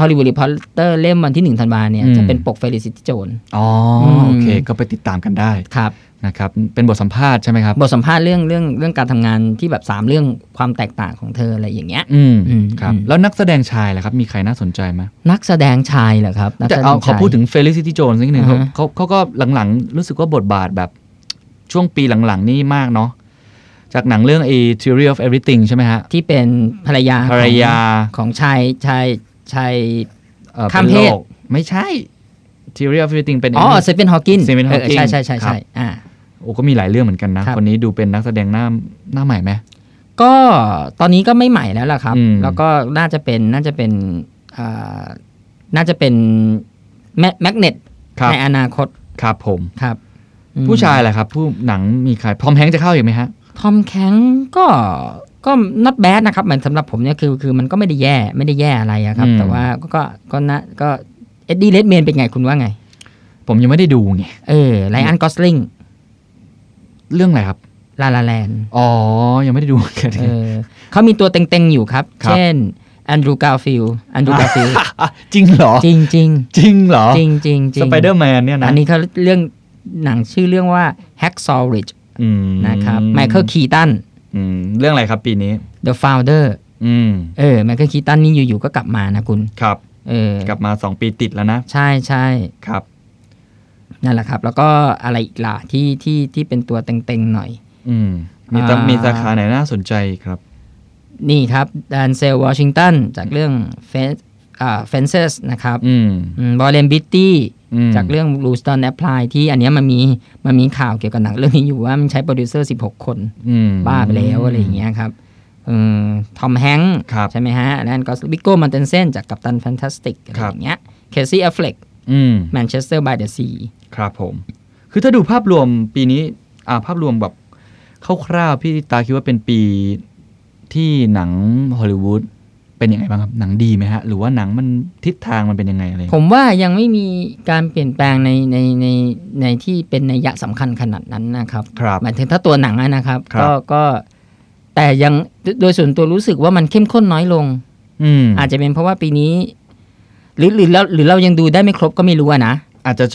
Speaker 3: ฮอลลีวูดรีพอร์เตอร์เล่มวันที่ 1 ธันวาเนี่ย
Speaker 2: อืม
Speaker 3: จะเป็นปกเฟลิซิตี้โจน
Speaker 2: อ๋ออ
Speaker 3: ม
Speaker 2: โอเค ก็ไปติดตามกันได้
Speaker 3: ครับ
Speaker 2: นะครับเป็นบทสัมภาษณ์ใช่ไหมครับ
Speaker 3: บทสัมภาษณ์เรื่องเรื่องเรื่องการทำงานที่แบบ 3 เรื่องความแตกต่างของเธออะไรอย่างเงี้ย
Speaker 2: อืม
Speaker 3: อืม
Speaker 2: ครับ
Speaker 3: อืม
Speaker 2: แล้วนักแสดงชายล่ะครับ มีใครน่าสนใจไหม
Speaker 3: นักแสดงชายเหรอครับนัก
Speaker 2: แต่
Speaker 3: แสดง
Speaker 2: เอาขอ
Speaker 3: ชาย
Speaker 2: พูดถึงเฟลิซิตี้โจนสักนิดหนึ่ง
Speaker 3: อ่า
Speaker 2: เขา
Speaker 3: ฮะ
Speaker 2: เขาเขาก็หลังๆ รู้สึกว่าบทบาทแบบช่วงปีหลังๆ นี่มากเนาะจากหนังเรื่อง A Theory of Everything ใช่ไหมฮะ
Speaker 3: ที่เป็นภรรยา
Speaker 2: ภรรยา
Speaker 3: ของของชายชายชาย
Speaker 2: อ่อ
Speaker 3: ข้ามเพศ
Speaker 2: ป็นโรคไม่ใช่ Theory of Everything เป็น
Speaker 3: อ๋อ
Speaker 2: ไ
Speaker 3: เซเว่นฮอว์กิน
Speaker 2: Stephen Hawking
Speaker 3: ใช่ใช่ใช่
Speaker 2: ครั
Speaker 3: ใช่
Speaker 2: บ
Speaker 3: อ่า
Speaker 2: โอ้ก็มีหลายเรื่องเหมือนกันนะ
Speaker 3: ครับ
Speaker 2: คนนี้ดูเป็นนักแสดงหน้าหน้าใหม่ไหม
Speaker 3: ก็ตอนนี้ก็ไม่ใหม่แล้วล่ะครับ
Speaker 2: อืม
Speaker 3: แล้วก็น่าจะเป็นน่าจะเป็นอ่าน่าจะเป็นแมกเนตในอนาคต
Speaker 2: ครับผม
Speaker 3: ครับอืม
Speaker 2: ผู้ชายแหละครับ ผู้หนังมีใครพร้อมแฮงค์จะเข้าอีกไหมฮะ
Speaker 3: ทอมแข็งก็ก็ not bad นะครับเหมือนสำหรับผมเนี่ยคือคือมันก็ไม่ได้แย่ไม่ได้แย่อะไรอะครับ
Speaker 2: อืม
Speaker 3: แต่ว่าก็ก็ก็นะก็เอ็ดดี้เลดเมนเป็นไงคุณว่าไง
Speaker 2: ผมยังไม่ได้ดูไง
Speaker 3: เออไลออนกอสลิง
Speaker 2: เรื่องอะไรครับ
Speaker 3: ลาลาแลน
Speaker 2: อ๋อ ยังไม่ได้ดูเหมือนกัน
Speaker 3: เออเขามีตัวเต็งๆ อยู่ครับ
Speaker 2: ครับ
Speaker 3: เช่นแอนดรูกาฟิลแอนดรูกา ฟิล
Speaker 2: จริงเหรอ
Speaker 3: จริงจริง
Speaker 2: จริงเหรอ
Speaker 3: จริงจริงจริ
Speaker 2: ส
Speaker 3: ง
Speaker 2: ไปเดอร์แมนเนี่ยนะ
Speaker 3: อันนี้เขาเรื่องหนังชื่อเรื่องว่า Hacksaw Ridge
Speaker 2: อืม
Speaker 3: นะครับไมเคิลคีตัน
Speaker 2: อืมเรื่องอะไรครับปีนี้
Speaker 3: The Founder
Speaker 2: อืม
Speaker 3: เออไมเคิลคีตันนี่อยู่ๆ ก็กลับมานะคุณ
Speaker 2: ครับ
Speaker 3: เออก
Speaker 2: ลับมา 2 ปีติดแล้วนะ
Speaker 3: ใช่ใช่
Speaker 2: ครับ
Speaker 3: นั่นแหละครับ แล้วก็อะไรอีกล่ะที่ที่ที่เป็นตัวเต็งๆ หน่อย
Speaker 2: อืมมีตะ
Speaker 3: อ่ามี
Speaker 2: มีสาขาไหนน่าสนใจอีกครับ
Speaker 3: นี่ครับแดนเซลวอชิงตันจากเรื่อง Fence- อ่า Fences นะครับ
Speaker 2: อืม
Speaker 3: บอลเลนบิตตี้
Speaker 2: อืม
Speaker 3: จากเรื่อง r o o s t e r a p p l y ที่อันเนี้ยมันมีมันมีข่าวเกี่ยวกับหนังเรื่องนี้อยู่ว่ามันใช้โปรดิวเซอร์ 16 คน
Speaker 2: อืม
Speaker 3: บ้าไปแล้วอะไรอย่างเงี้ยครับทอมแฮงค์
Speaker 2: ครับ
Speaker 3: ใช่ไหมฮะ แล้วก็วิกโก้มันเตนเซนจากกัปตันแฟนตาสติกอะไร
Speaker 2: ครับ
Speaker 3: อย่างเงี้ยเคซี่แอฟเฟล็ก
Speaker 2: อืม
Speaker 3: แมนเชสเตอร์บายเดอะซี
Speaker 2: ครับผม คือถ้าดูภาพรวมปีนี้ อ่า ภาพรวมแบบคร่าวๆ พี่ตาคิดว่าเป็นปีที่หนังฮอลลีวูดเป็นยังไงบ้างครับ หนังดีไหมฮะ หรือว่าหนังมันทิศทางมันเป็นยังไงอะไร
Speaker 3: ผมว่ายังไม่มีการเปลี่ยนแปลงในในในในที่เป็นนัยยะสำคัญขนาดนั้นนะครับ
Speaker 2: ครับ
Speaker 3: หมายถึงถ้าตัวหนังอะนะครับ
Speaker 2: ครับ
Speaker 3: ก็ก็แต่ยังโดยส่วนตัวรู้สึกว่ามันเข้มข้นน้อยลง
Speaker 2: อืม
Speaker 3: อาจจะเป็นเพราะว่าปีนี้ หรือหรือเราหรือเรายังดูได้ไม่ครบก็ไม่รู้อะนะ
Speaker 2: อาจจะ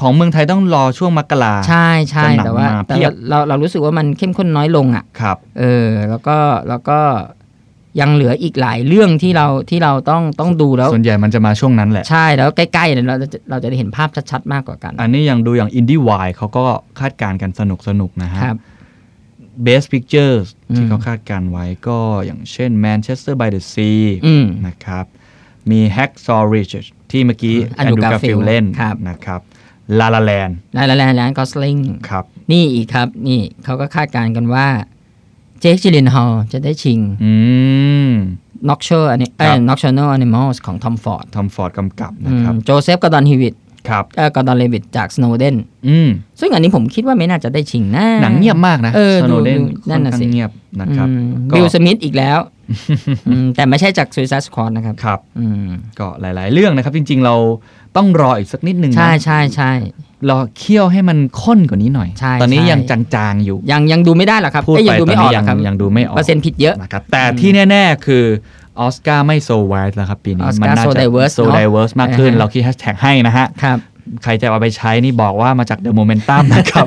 Speaker 2: ของเมืองไทยต้องรอช่วงมกรา
Speaker 3: ใช่ใช่
Speaker 2: จะหนัง
Speaker 3: แต่ว่า
Speaker 2: มา
Speaker 3: แต่
Speaker 2: เพีย
Speaker 3: ว่า
Speaker 2: บ
Speaker 3: เราเรารู้สึกว่ามันเข้มข้นน้อยลงอะ
Speaker 2: ครับ
Speaker 3: เออ แล้วก็แล้วก็ยังเหลืออีกหลายเรื่องที่เราที่เราต้องต้องดูแล้ว
Speaker 2: ส่วนใหญ่มันจะมาช่วงนั้นแหละ
Speaker 3: ใช่แล้วใกล้ๆเนี่ยเราจะเราจะได้เห็นภาพชัดๆมากกว่ากัน
Speaker 2: อันนี้ยังดูอย่างอินดี้วายเขาก็คาดการณ์กันสนุกสนุกๆนะฮะ
Speaker 3: ครับ
Speaker 2: Best Pictures ที่
Speaker 3: อืม
Speaker 2: เขาคาดการณ์ไว้ก็อย่างเช่น Manchester by the Sea
Speaker 3: อืม
Speaker 2: นะครับ มี Hack s o r i d g e ที่เมื่อกี้
Speaker 3: อันดู
Speaker 2: Andrew Garfield
Speaker 3: Garfield
Speaker 2: เล่น
Speaker 3: ครับ
Speaker 2: นะครับ ลาลาแลน
Speaker 3: ลายละแลนแลนกอสลิง
Speaker 2: ครับ
Speaker 3: นี่อีกครับ นี่เขาก็คาดการณ์กันว่าเจคจิลินฮอลจะได้ชิง
Speaker 2: อืม
Speaker 3: Nocturnal
Speaker 2: ครับ
Speaker 3: Nocturnal Animals ของทอมฟอร์ด
Speaker 2: ทอมฟอร์ดกำกับนะครับ
Speaker 3: โจเซฟกอร์ดอนฮิวิต
Speaker 2: ครับ
Speaker 3: เอ่อกอร์ดอนเลวิดจากสโนเดน
Speaker 2: อืม
Speaker 3: ซึ่งอันนี้ผมคิดว่าไม่น่าจะได้ชิงนะ
Speaker 2: หนังเงียบมากนะ
Speaker 3: เออ
Speaker 2: ส
Speaker 3: ดู
Speaker 2: โนเดน
Speaker 3: ดู
Speaker 2: ค่
Speaker 3: นั่
Speaker 2: อน
Speaker 3: นน่ะ
Speaker 2: ข้า
Speaker 3: สิ
Speaker 2: งเงียบนะครับก็
Speaker 3: บิลสมิธอีกแล้ว อืมแต่ไม่ใช่จากซูซ i สคอ u นะครับ
Speaker 2: ครับ
Speaker 3: อืม
Speaker 2: ก็หลาย ๆ เรื่องนะครับ จริง ๆ เราต้องรออีกสักนิดหนึ่งนะ
Speaker 3: ใช่ใช่ใช่
Speaker 2: รอเคี่ยวให้มันข้นกว่านี้หน่อย
Speaker 3: ใช่
Speaker 2: ตอนนี้
Speaker 3: ใช่
Speaker 2: ยังจาง ๆ อยู่
Speaker 3: ยังยังดูไม่ได้หรอกครับ
Speaker 2: พูด
Speaker 3: เอ้ยยั
Speaker 2: ไป
Speaker 3: งดู
Speaker 2: ตอน
Speaker 3: ไม่ออ
Speaker 2: นี้
Speaker 3: กหร
Speaker 2: ยั
Speaker 3: อกครับ
Speaker 2: ยังดูไม่ออก
Speaker 3: เปอร์เซ็นต์ผิดเยอะ
Speaker 2: นะครับแต่ที่แน่ ๆ คือออสการ์ไม่โซไวท์แล้วครับ ปีนี้
Speaker 3: Oscar
Speaker 2: มัน่าจะ
Speaker 3: So Diverse
Speaker 2: โซไดเวิร์สมากขึ้น เราคิดแฮชแท็กให้นะฮะ
Speaker 3: ครับ
Speaker 2: ใครจะเอาไปใช้นี่บอกว่ามาจากเดอะโมเมนตัมนะครับ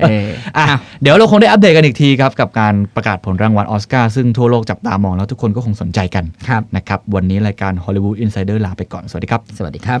Speaker 3: เอออ่ะ
Speaker 2: อ่ะเดี๋ยวเราคงได้อัปเดตกันอีกทีครับ กับการประกาศผลรางวัลออสการ์ซึ่งทั่วโลกจับตามองแล้วทุกคนก็คงสนใจกัน
Speaker 3: ครับ
Speaker 2: นะครับ วันนี้รายการ Hollywood Insider ลาไปก่อน สวัสดีครับ
Speaker 3: สวัสดีครับ